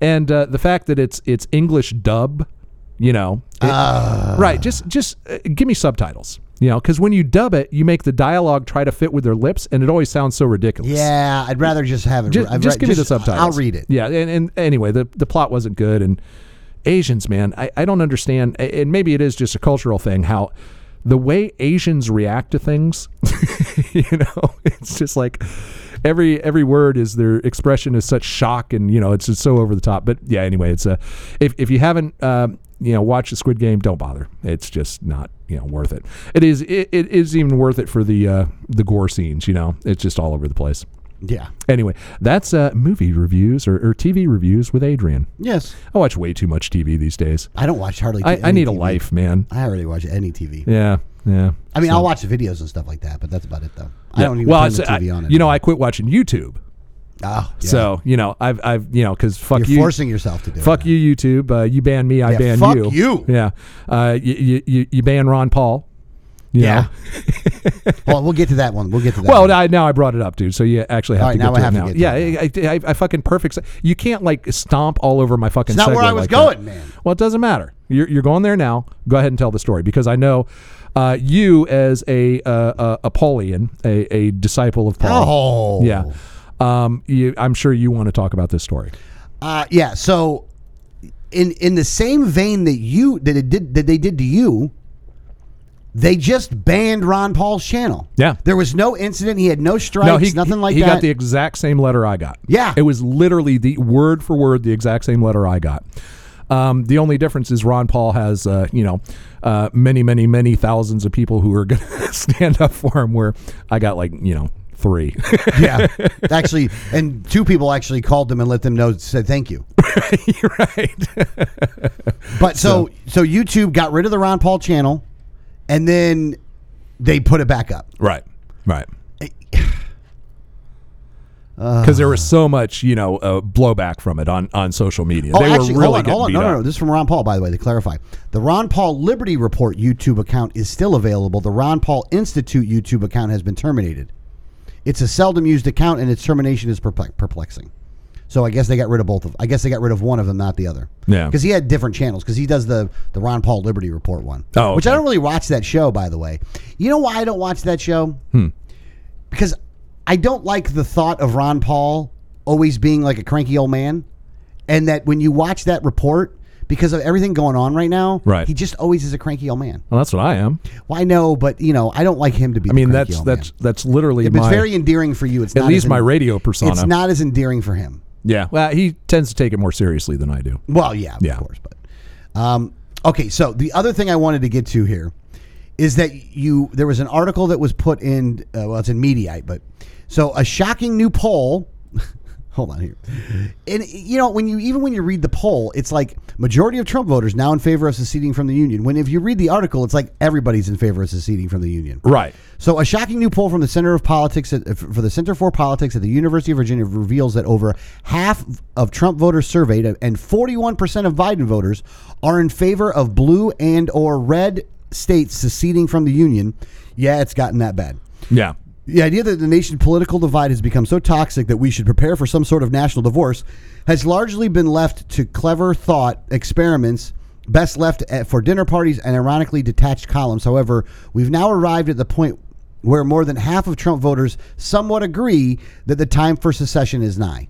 and uh, the fact that it's it's English dub, you know, it- right? Just just uh, give me subtitles, you know, because when you dub it, you make the dialogue try to fit with their lips, and it always sounds so ridiculous. Yeah, I'd rather just have it. Just, I'd just ra- give me the subtitles. I'll read it. Yeah, and, and anyway, the, the plot wasn't good, and Asians, man, I, I don't understand, a- and maybe it is just a cultural thing how the way Asians react to things, you know, it's just like every every word is their expression is such shock, and you know, it's just so over the top. But yeah, anyway, it's a if if you haven't. Um, you know, watch the Squid Game. Don't bother. It's just not you know worth it. It is it, it is even worth it for the uh, the gore scenes. You know, it's just all over the place. Yeah. Anyway, that's uh, movie reviews or, or TV reviews with Adrian. Yes. I watch way too much TV these days. I don't watch hardly. I, any I need a TV. life, man. I hardly watch any TV. Yeah, yeah. I mean, I'll watch videos and stuff like that, but that's about it, though. I don't even well, turn the it's- I- TV on. you know, I quit watching YouTube. Oh, yeah. So you know, I've I've you know because fuck you're you. forcing yourself to do Fuck it. you, YouTube. Uh, you ban me, I Yeah, ban fuck you. you. Yeah. Uh, you, you, you, you ban Ron Paul. you know. Yeah. well, we'll get to that one. We'll get to that. Well, one. I, now I brought it up, dude. So you actually have All right, to get now to I it have to now. get to yeah, I, I, I fucking perfect. se- You can't like stomp all over my fucking. It's not segue where I was like going, that. man. Well, it doesn't matter. You're, you're going there now. Go ahead and tell the story because I know uh, you as a uh, uh, a Paulian, a, a disciple of Paul. oh, Yeah. Um, you, I'm sure you want to talk about this story. Uh, yeah. So, in in the same vein that you that it did that they did to you, they just banned Ron Paul's channel. Yeah. There was no incident. He had no strikes. nothing like he that. got the exact same letter I got. Yeah. It was literally the word for word the exact same letter I got. Um, the only difference is Ron Paul has, uh, you know, uh, many, many, many thousands of people who are going to stand up for him, where I got like, you know, three. yeah. Actually, and two people actually called them and let them know said thank you. right. But so, so YouTube got rid of the Ron Paul channel, and then they put it back up. Right. Right. Because there was so much, you know, uh, blowback from it on, on social media. Oh, they actually, were really hold on, hold on. No, getting beat no, no. up. This is from Ron Paul, by the way, to clarify. The Ron Paul Liberty Report YouTube account is still available. The Ron Paul Institute YouTube account has been terminated. It's a seldom used account, and its termination is perplex- perplexing. So I guess they got rid of both of. I guess they got rid of one of them, not the other. Yeah. because he had different channels. Because he does the the Ron Paul Liberty Report one. Oh, which I okay. don't really watch that show, by the way. You know why I don't watch that show? Hmm. Because I don't like the thought of Ron Paul always being like a cranky old man, and that when you watch that report, because of everything going on right now, Right. he just always is a cranky old man. Well, that's what I am. Well, I know, but you know, I don't like him to be. I mean, the cranky that's old that's man. that's literally If my. it's very endearing for you. It's at not as least en- my radio persona. It's not as endearing for him. Yeah. Well, he tends to take it more seriously than I do. Well, yeah, Yeah. of course, but um, okay. So the other thing I wanted to get to here is that you there was an article that was put in uh, well it's in Mediate but so a shocking new poll hold on here and you know when you even when you read the poll it's like majority of Trump voters now in favor of seceding from the union when if you read the article it's like everybody's in favor of seceding from the union Right. so, a shocking new poll from the Center of Politics at, uh, for the Center for Politics at the University of Virginia reveals that over half of Trump voters surveyed and 41% of Biden voters are in favor of blue and or red states seceding from the union. Yeah, it's gotten that bad. Yeah. The idea that the nation's political divide has become so toxic that we should prepare for some sort of national divorce has largely been left to clever thought experiments best left at, for dinner parties and ironically detached columns. However, we've now arrived at the point where more than half of Trump voters somewhat agree that the time for secession is nigh.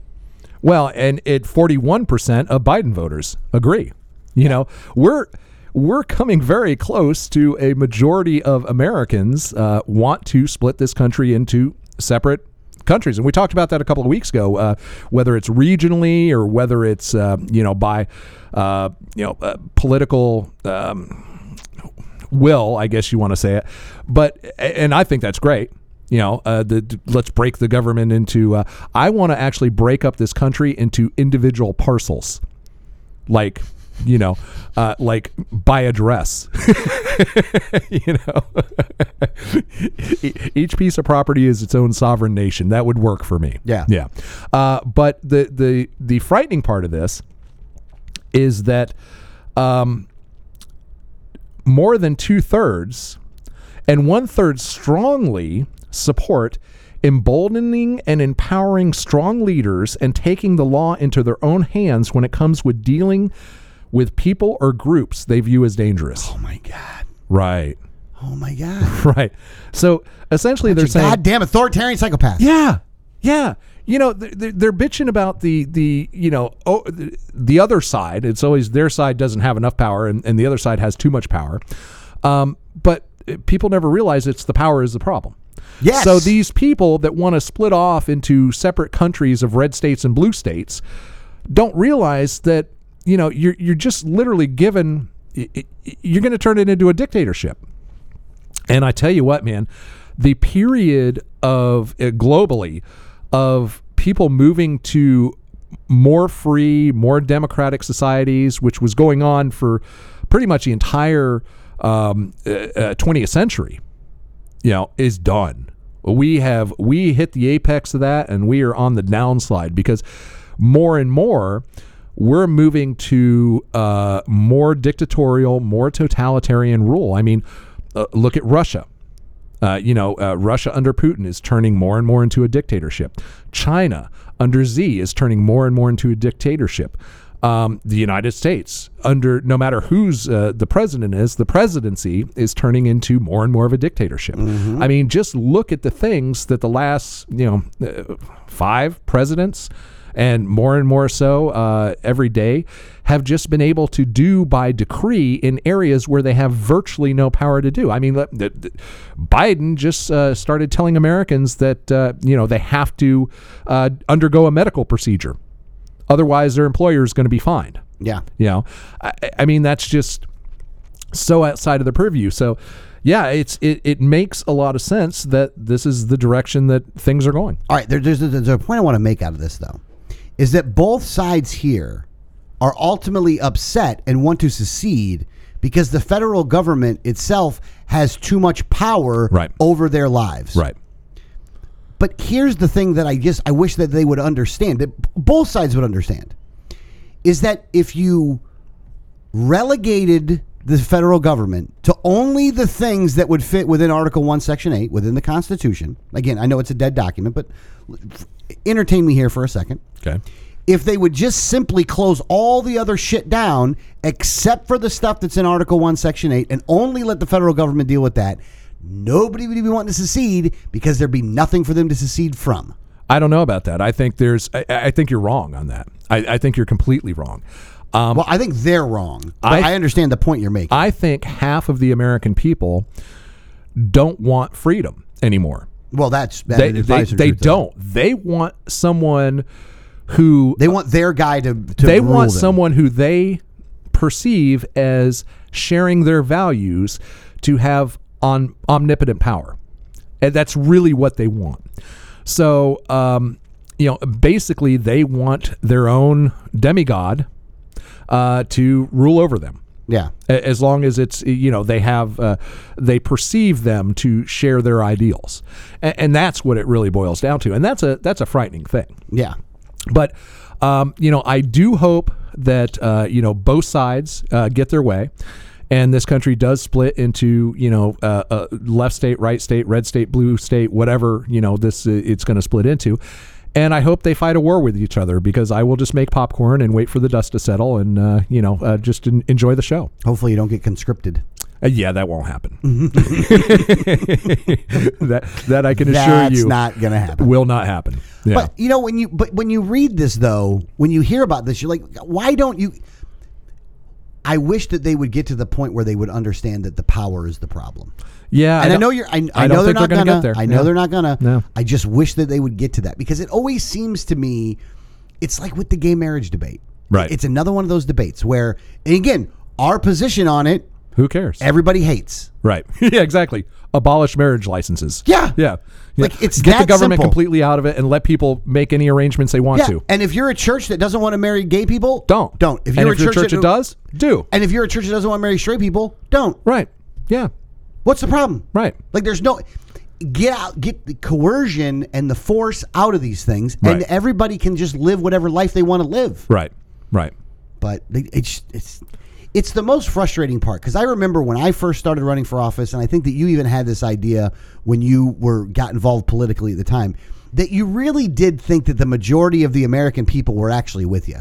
Well, and it 41% of Biden voters agree. You know, we're we're coming very close to a majority of Americans uh, want to split this country into separate countries and we talked about that a couple of weeks ago uh, whether it's regionally or whether it's uh, you know by uh, you know uh, political um, will, I guess you want to say it. But and I think that's great. You know, uh, the, d- let's break the government into. Uh, I want to actually break up this country into individual parcels, like you know, uh, like by address. you know, E- each piece of property is its own sovereign nation. That would work for me. Yeah. yeah. Uh, but the the the frightening part of this is that more than two thirds and one third strongly support emboldening and empowering strong leaders and taking the law into their own hands when it comes with dealing with people or groups they view as dangerous. Oh my god. Right. Oh my god. Right. So essentially, they're saying, Goddamn authoritarian psychopath. yeah, yeah. You know, they're, they're- they're bitching about the the you know oh, the- the other side. It's always their side doesn't have enough power, and, and the other side has too much power. Um, but uh, people never realize it's the power is the problem. Yes. So these people that want to split off into separate countries of red states and blue states don't realize that you know you're you're just literally given y- y- you're going to turn it into a dictatorship. And I tell you what, man, the period of uh, globally of people moving to more free, more democratic societies, which was going on for pretty much the entire um, uh, uh, 20th century, you know, is done. We have we hit the apex of that, and we are on the downslide because more and more we're moving to uh, more dictatorial, more totalitarian rule. I mean, uh, look at Russia. Uh, you know, uh, Russia under Putin is turning more and more into a dictatorship. China under Z is turning more and more into a dictatorship. Um, the United States under no matter who's uh, the president is, the presidency is turning into more and more of a dictatorship. I mean, just look at the things that the last you know uh, five presidents and more and more so uh, every day have just been able to do by decree in areas where they have virtually no power to do. I mean, let- th- th- Biden just uh, started telling Americans that uh, you know they have to uh, undergo a medical procedure, otherwise their employer is going to be fined. Yeah. You know, I, I mean that's just so outside of the purview. So, yeah, it's it, it makes a lot of sense that this is the direction that things are going. All right, there, there's, there's a point I want to make out of this, though, is that both sides here are ultimately upset and want to secede because the federal government itself has too much power Right. over their lives. But here's the thing that I just I wish that they would understand that b- both sides would understand is that if you relegated the federal government to only the things that would fit within Article 1 Section 8 within the Constitution. Again, I know it's a dead document, but l- f- entertain me here for a second. Okay. If they would just simply close all the other shit down except for the stuff that's in Article 1 Section 8 and only let the federal government deal with that, nobody would be wanting to secede because there'd be nothing for them to secede from. I don't know about that. I think there's. I, I think you're wrong on that. I, I think you're completely wrong. Um, Well, I think they're wrong. But I- I, understand the point you're making. I think half of the American people don't want freedom anymore. well, that's that They is they, advisor they truth to that. don't. They want someone who They want their guy to. to they rule want them. someone who they perceive as sharing their values to have on omnipotent power. And that's really what they want. So, um, you know, basically they want their own demigod uh, to rule over them. Yeah. A- as long as it's you know they have uh, they perceive them to share their ideals and, and that's what it really boils down to and that's a that's a frightening thing Yeah. but um, you know, I do hope that uh, you know both sides uh, get their way, and this country does split into you know uh, uh, left state, right state, red state, blue state, whatever you know this uh, it's going to split into. And I hope they fight a war with each other because I will just make popcorn and wait for the dust to settle and uh, you know uh, just en- enjoy the show. Hopefully you don't get conscripted. Uh, yeah, that won't happen. that that I can assure That's you not going to happen. will not happen. Yeah. But you know when you but when you read this though, when you hear about this, you're like, why don't you? I wish that they would get to the point where they would understand that the power is the problem. yeah, And I, don't- know you're. I, I, I don't know they're not think they're gonna. gonna get there. I know Yeah. they're not gonna. No. I just wish that they would get to that because it always seems to me, it's like with the gay marriage debate. Right. It's another one of those debates where, and again, our position on it, who cares. everybody hates. Right. yeah, exactly. Abolish marriage licenses. Yeah. Yeah. Yeah. Like, it's get the that government simple. completely out of it and let people make any arrangements they want Yeah. to. And if you're a church that doesn't want to marry gay people, Don't. don't. If and if your church that- it does, do. and if you're a church that doesn't want to marry straight people, don't. Right. Yeah. What's the problem? Right. Like there's no get out get the coercion and the force out of these things and Right. everybody can just live whatever life they want to live. Right. Right. But they- it's it's it's the most frustrating part cuz I remember when I first started running for office and I think that you even had this idea when you were got involved politically at the time that you really did think that the majority of the American people were actually with you.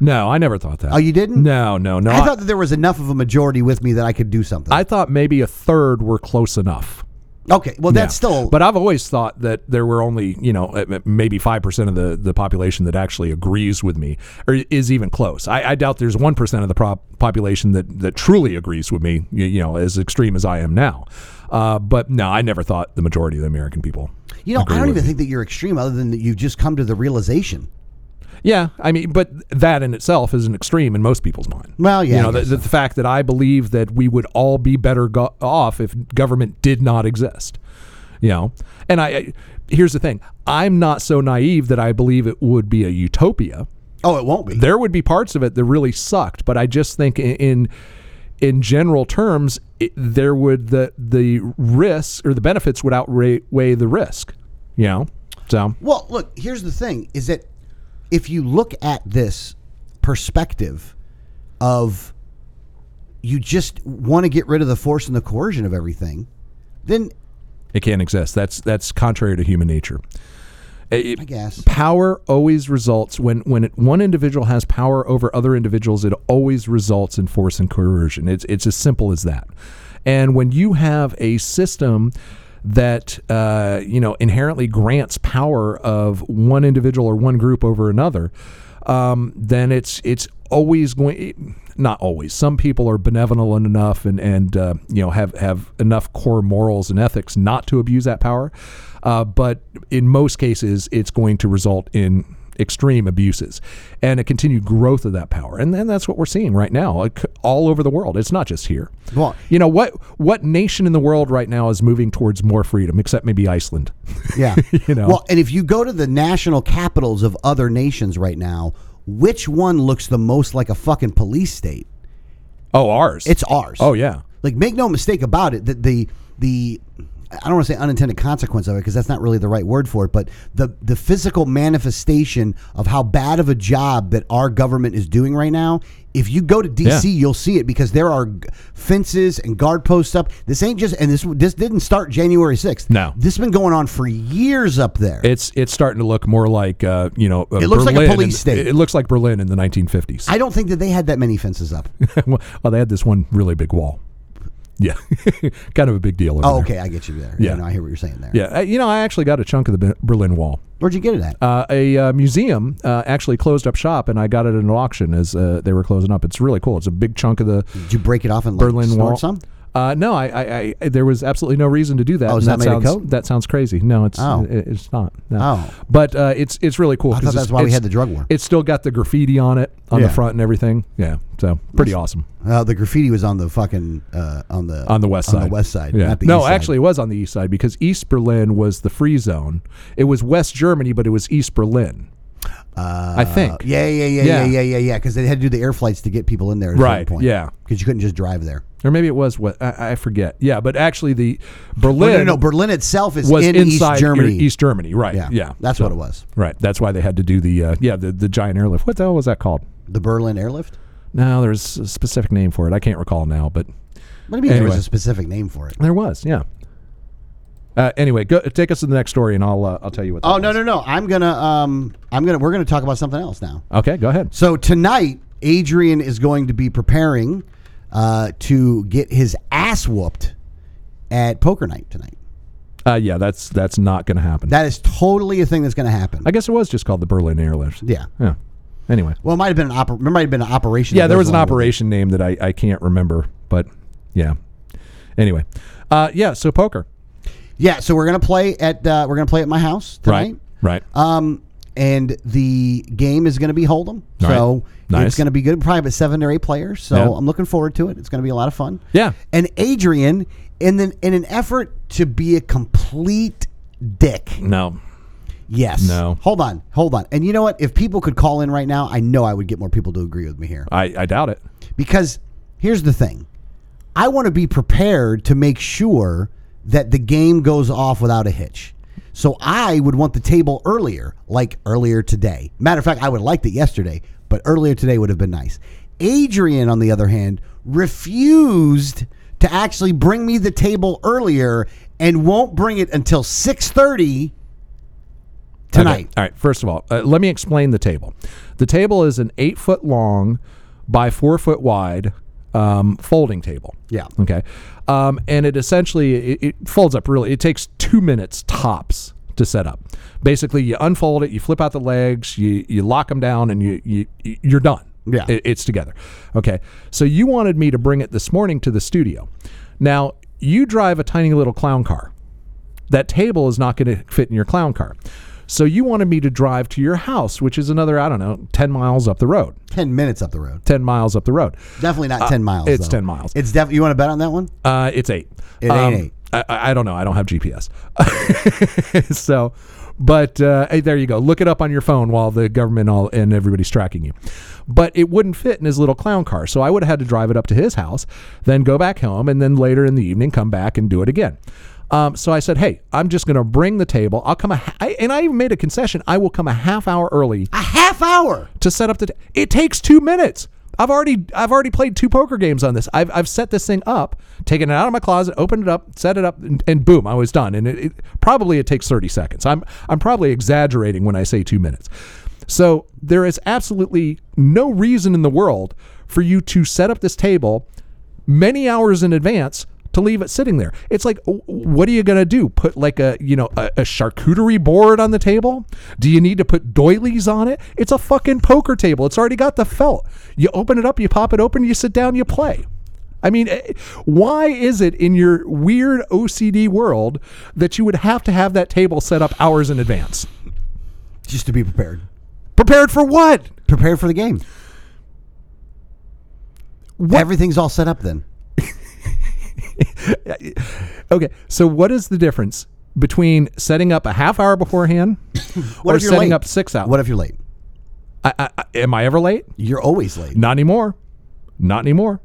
No, I never thought that. Oh, you didn't? No, no, no. I thought that there was enough of a majority with me that I could do something. I thought maybe a third were close enough. okay, well that's Yeah. still But I've always thought that there were only, you know, uh, maybe 5% of the, the population that actually agrees with me or is even close. I, I doubt there's 1% of the prop population that, that truly agrees with me, you, you know, as extreme as I am now. Uh, but no, I never thought the majority of the American people. You know, agree I don't with even me. think that you're extreme, other than that you've just come to the realization. Yeah, I mean, but that in itself is an extreme in most people's mind. Well, yeah, you know, I the, guess the, the fact that I believe that we would all be better go- off if government did not exist. You know, and I, I here's the thing: I'm not so naive that I believe it would be a utopia. Oh, it won't be. There would be parts of it that really sucked, but I just think in in, in general terms, it, there would the the risks or the benefits would outweigh weigh the risk. You know, so Well, look, here's the thing: is that if you look at this perspective of you just want to get rid of the force and the coercion of everything, then it can't exist. That's that's contrary to human nature. Eh, It- I guess power always results when when it, one individual has power over other individuals it always results in force and coercion it's it's as simple as that and when you have a system that uh, you know inherently grants power of one individual or one group over another um, then it's it's always going not always some people are benevolent enough and and uh, you know have have enough core morals and ethics not to abuse that power uh, but in most cases it's going to result in extreme abuses and a continued growth of that power and then that's what we're seeing right now like, all over the world it's not just here Well- you know what what nation in the world right now is moving towards more freedom except maybe Iceland yeah. You know. Well, and if you go to the national capitals of other nations right now, which one looks the most like a fucking police state? oh ours It's ours. oh yeah like make no mistake about it that the the I don't want to say unintended consequence of it because that's not really the right word for it, but the the physical manifestation of how bad of a job that our government is doing right now. If you go to DC, Yeah. you'll see it because there are g- fences and guard posts up. This ain't just and this this didn't start January sixth. No. this has been going on for years up there. it's it's starting to look more like uh, you know uh, It looks like a Berlin in- police state. It looks like Berlin in the 1950s. I don't think that they had that many fences up. well, they had this one really big wall. Yeah, kind of a big deal. Over Oh, there. okay, I get you there. Yeah. no, I hear what you're saying there. Yeah, uh, you know, I actually got a chunk of the Be- Berlin Wall. where'd you get it at? Uh, a uh, museum uh, actually closed up shop, and I got it at an auction as uh, they were closing up. It's really cool. It's a big chunk of the Did you break it off and like, Berlin snort Wall. some? Uh, no, I, I, I, there was absolutely no reason to do that. Oh, is and that made of sounds coke? that sounds crazy. No, it's Oh. it- it's not. No. Oh. but uh, it's it's really cool. I 'cause thought it's- that's why we it's- had the drug war. It's still got the graffiti on it on Yeah. the front and everything. Yeah, so pretty awesome Uh, the graffiti was on the fucking uh, on the on the west side. on the west side, Yeah. not the no, east side. actually, it was on the east side because East Berlin was the free zone. It was West Germany, but it was East Berlin. Uh, I think. Yeah, yeah, yeah, yeah, Yeah. yeah, yeah, yeah. Because they had to do the air flights to get people in there. At a certain Right, point. yeah. Because you couldn't just drive there. or maybe it was what I, I forget. Yeah, but actually, the No, Berlin no, no. Berlin itself is was in inside East Germany. East Germany, right? yeah, Yeah, That's So- what it was. Right. That's why they had to do the uh, yeah the, the giant airlift. What the hell was that called? The Berlin airlift. No, there's a specific name for it. I can't recall now, but What do you mean there was Anyway. a specific name for it? there was. Yeah. Uh, anyway, go, take us to the next story, and I'll uh, I'll tell you what. that Oh no, was. no, no. I'm gonna um, I'm gonna we're gonna talk about something else now. Okay, go ahead. So tonight, Adrian is going to be preparing uh, to get his ass whooped at poker night tonight. Uh, yeah, that's that's not going to happen. That is totally a thing that's going to happen. I guess it was just called the Berlin airlift. yeah. Yeah. Anyway. Well, it might have been an oper- it might have been an operation. Yeah, that there goes was an along with it. operation name that I, I can't remember, but yeah. Anyway, uh, yeah. So poker, Yeah, so we're gonna play at uh, we're gonna play at my house tonight. right? Right. Um, and the game is gonna be Hold'em, All right. so it's Nice. gonna be good. Probably about seven or eight players. So Yeah. I'm looking forward to it. It's gonna be a lot of fun. Yeah. And Adrian, in an, in an effort to be a complete dick, no. yes. No. Hold on, hold on. And you know what? If people could call in right now, I know I would get more people to agree with me here. I, I doubt it. Because here's the thing I want to be prepared to make sure that the game goes off without a hitch. So I would want the table earlier, like earlier today. Matter of fact, I would have liked it yesterday, but earlier today would have been nice. Adrian, on the other hand, refused to actually bring me the table earlier and won't bring it until 6.30 tonight. Okay. All right. First of all, uh, let me explain the table. The table is an eight foot long by four foot wide um, folding table. Yeah. Okay. Um, and it essentially it, it folds up really. It takes two minutes tops to set up. Basically, you unfold it, you flip out the legs, you you lock them down, and you you you're done. Yeah. It- it's together. Okay. So you wanted me to bring it this morning to the studio. Now you drive a tiny little clown car that table is not going to fit in your clown car. So you wanted me to drive to your house, which is another, I don't know, 10 miles up the road. 10 minutes up the road. 10 miles up the road. Definitely not 10 miles. Uh, it's though. 10 miles. It's definitely. You want to bet on that one? Uh, it's eight. Um, It ain't eight. I, I I don't know. I don't have GPS. so, but uh, hey, there you go. Look it up on your phone while the government all and everybody's tracking you. But it wouldn't fit in his little clown car, so I would have had to drive it up to his house, then go back home, and then later in the evening come back and do it again. Um, so I said, "Hey, I'm just going to bring the table. I'll come a ha- I, and I even made a concession. I will come a half hour early A half hour. to set up the. T- it takes two minutes. I've already I've already played two poker games on this. I've, I've set this thing up, taken it out of my closet, opened it up, set it up, and, and boom, I was done. And it, it probably it takes thirty seconds. I'm I'm probably exaggerating when I say two minutes. So there is absolutely no reason in the world for you to set up this table many hours in advance to leave it sitting there. It's like, w- what are you gonna do? Put like a you know a, a charcuterie board on the table? Do you need to put doilies on it? It's a fucking poker table. It's already got the felt. You open it up, you pop it open, you sit down, you play. I mean, eh, why is it in your weird OCD world that you would have to have that table set up hours in advance? Just to be prepared. Prepared for what? Prepared for the game. What- Everything's all set up then. Okay, so what is the difference between setting up a half hour beforehand What or if you're setting late? up six hours? What if you're late? I, I, I- am I ever late? You're always late. Not anymore. Not anymore.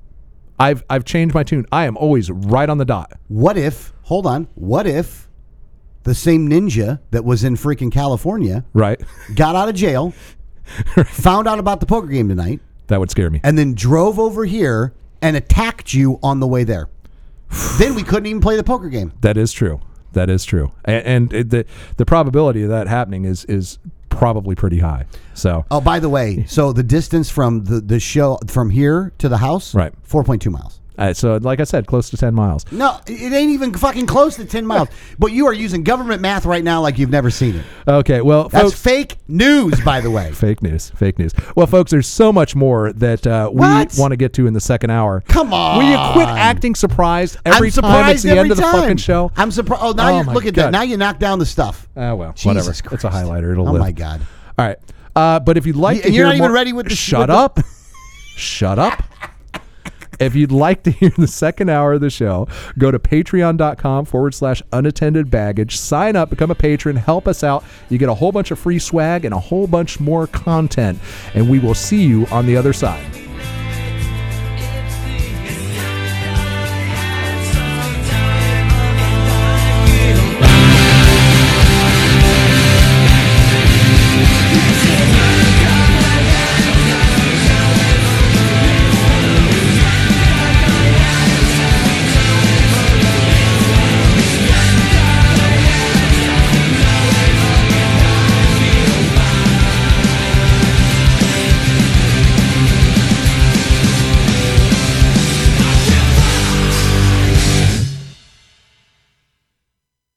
I've I've changed my tune. I am always right on the dot. What if, hold on, what if the same ninja that was in freaking California Right. got out of jail, found out about the poker game tonight, That would scare me. and then drove over here and attacked you on the way there? then we couldn't even play the poker game. That is true. That is true. And, and it, the the probability of that happening is is probably pretty high. So Oh, by the way, so the distance from the, the show from here to the house, Right. four point two miles. Uh, so, like I said, close to ten miles. No, it ain't even fucking close to 10 miles. but you are using government math right now like you've never seen it. Okay, well, That's folks, fake news, by the way. fake news, fake news. Well, folks, there's so much more that uh, we What? want to get to in the second hour. Come on. Will you quit acting surprised every I'm time it's surprised the every end of the time. fucking show? I'm surprised. Oh, now Oh, you're my look at that. God. Now you knock down the stuff. Ah, well, Jesus whatever. It's Christ. a highlighter. It'll Oh live. my God. All right. Uh, but if you'd like Y- to and you're hear not even more- ready with the- shut with the- up, shut up. If you'd like to hear the second hour of the show, go to patreon.com forward slash unattended baggage. Sign up, become a patron, help us out. You get a whole bunch of free swag and a whole bunch more content. And we will see you on the other side.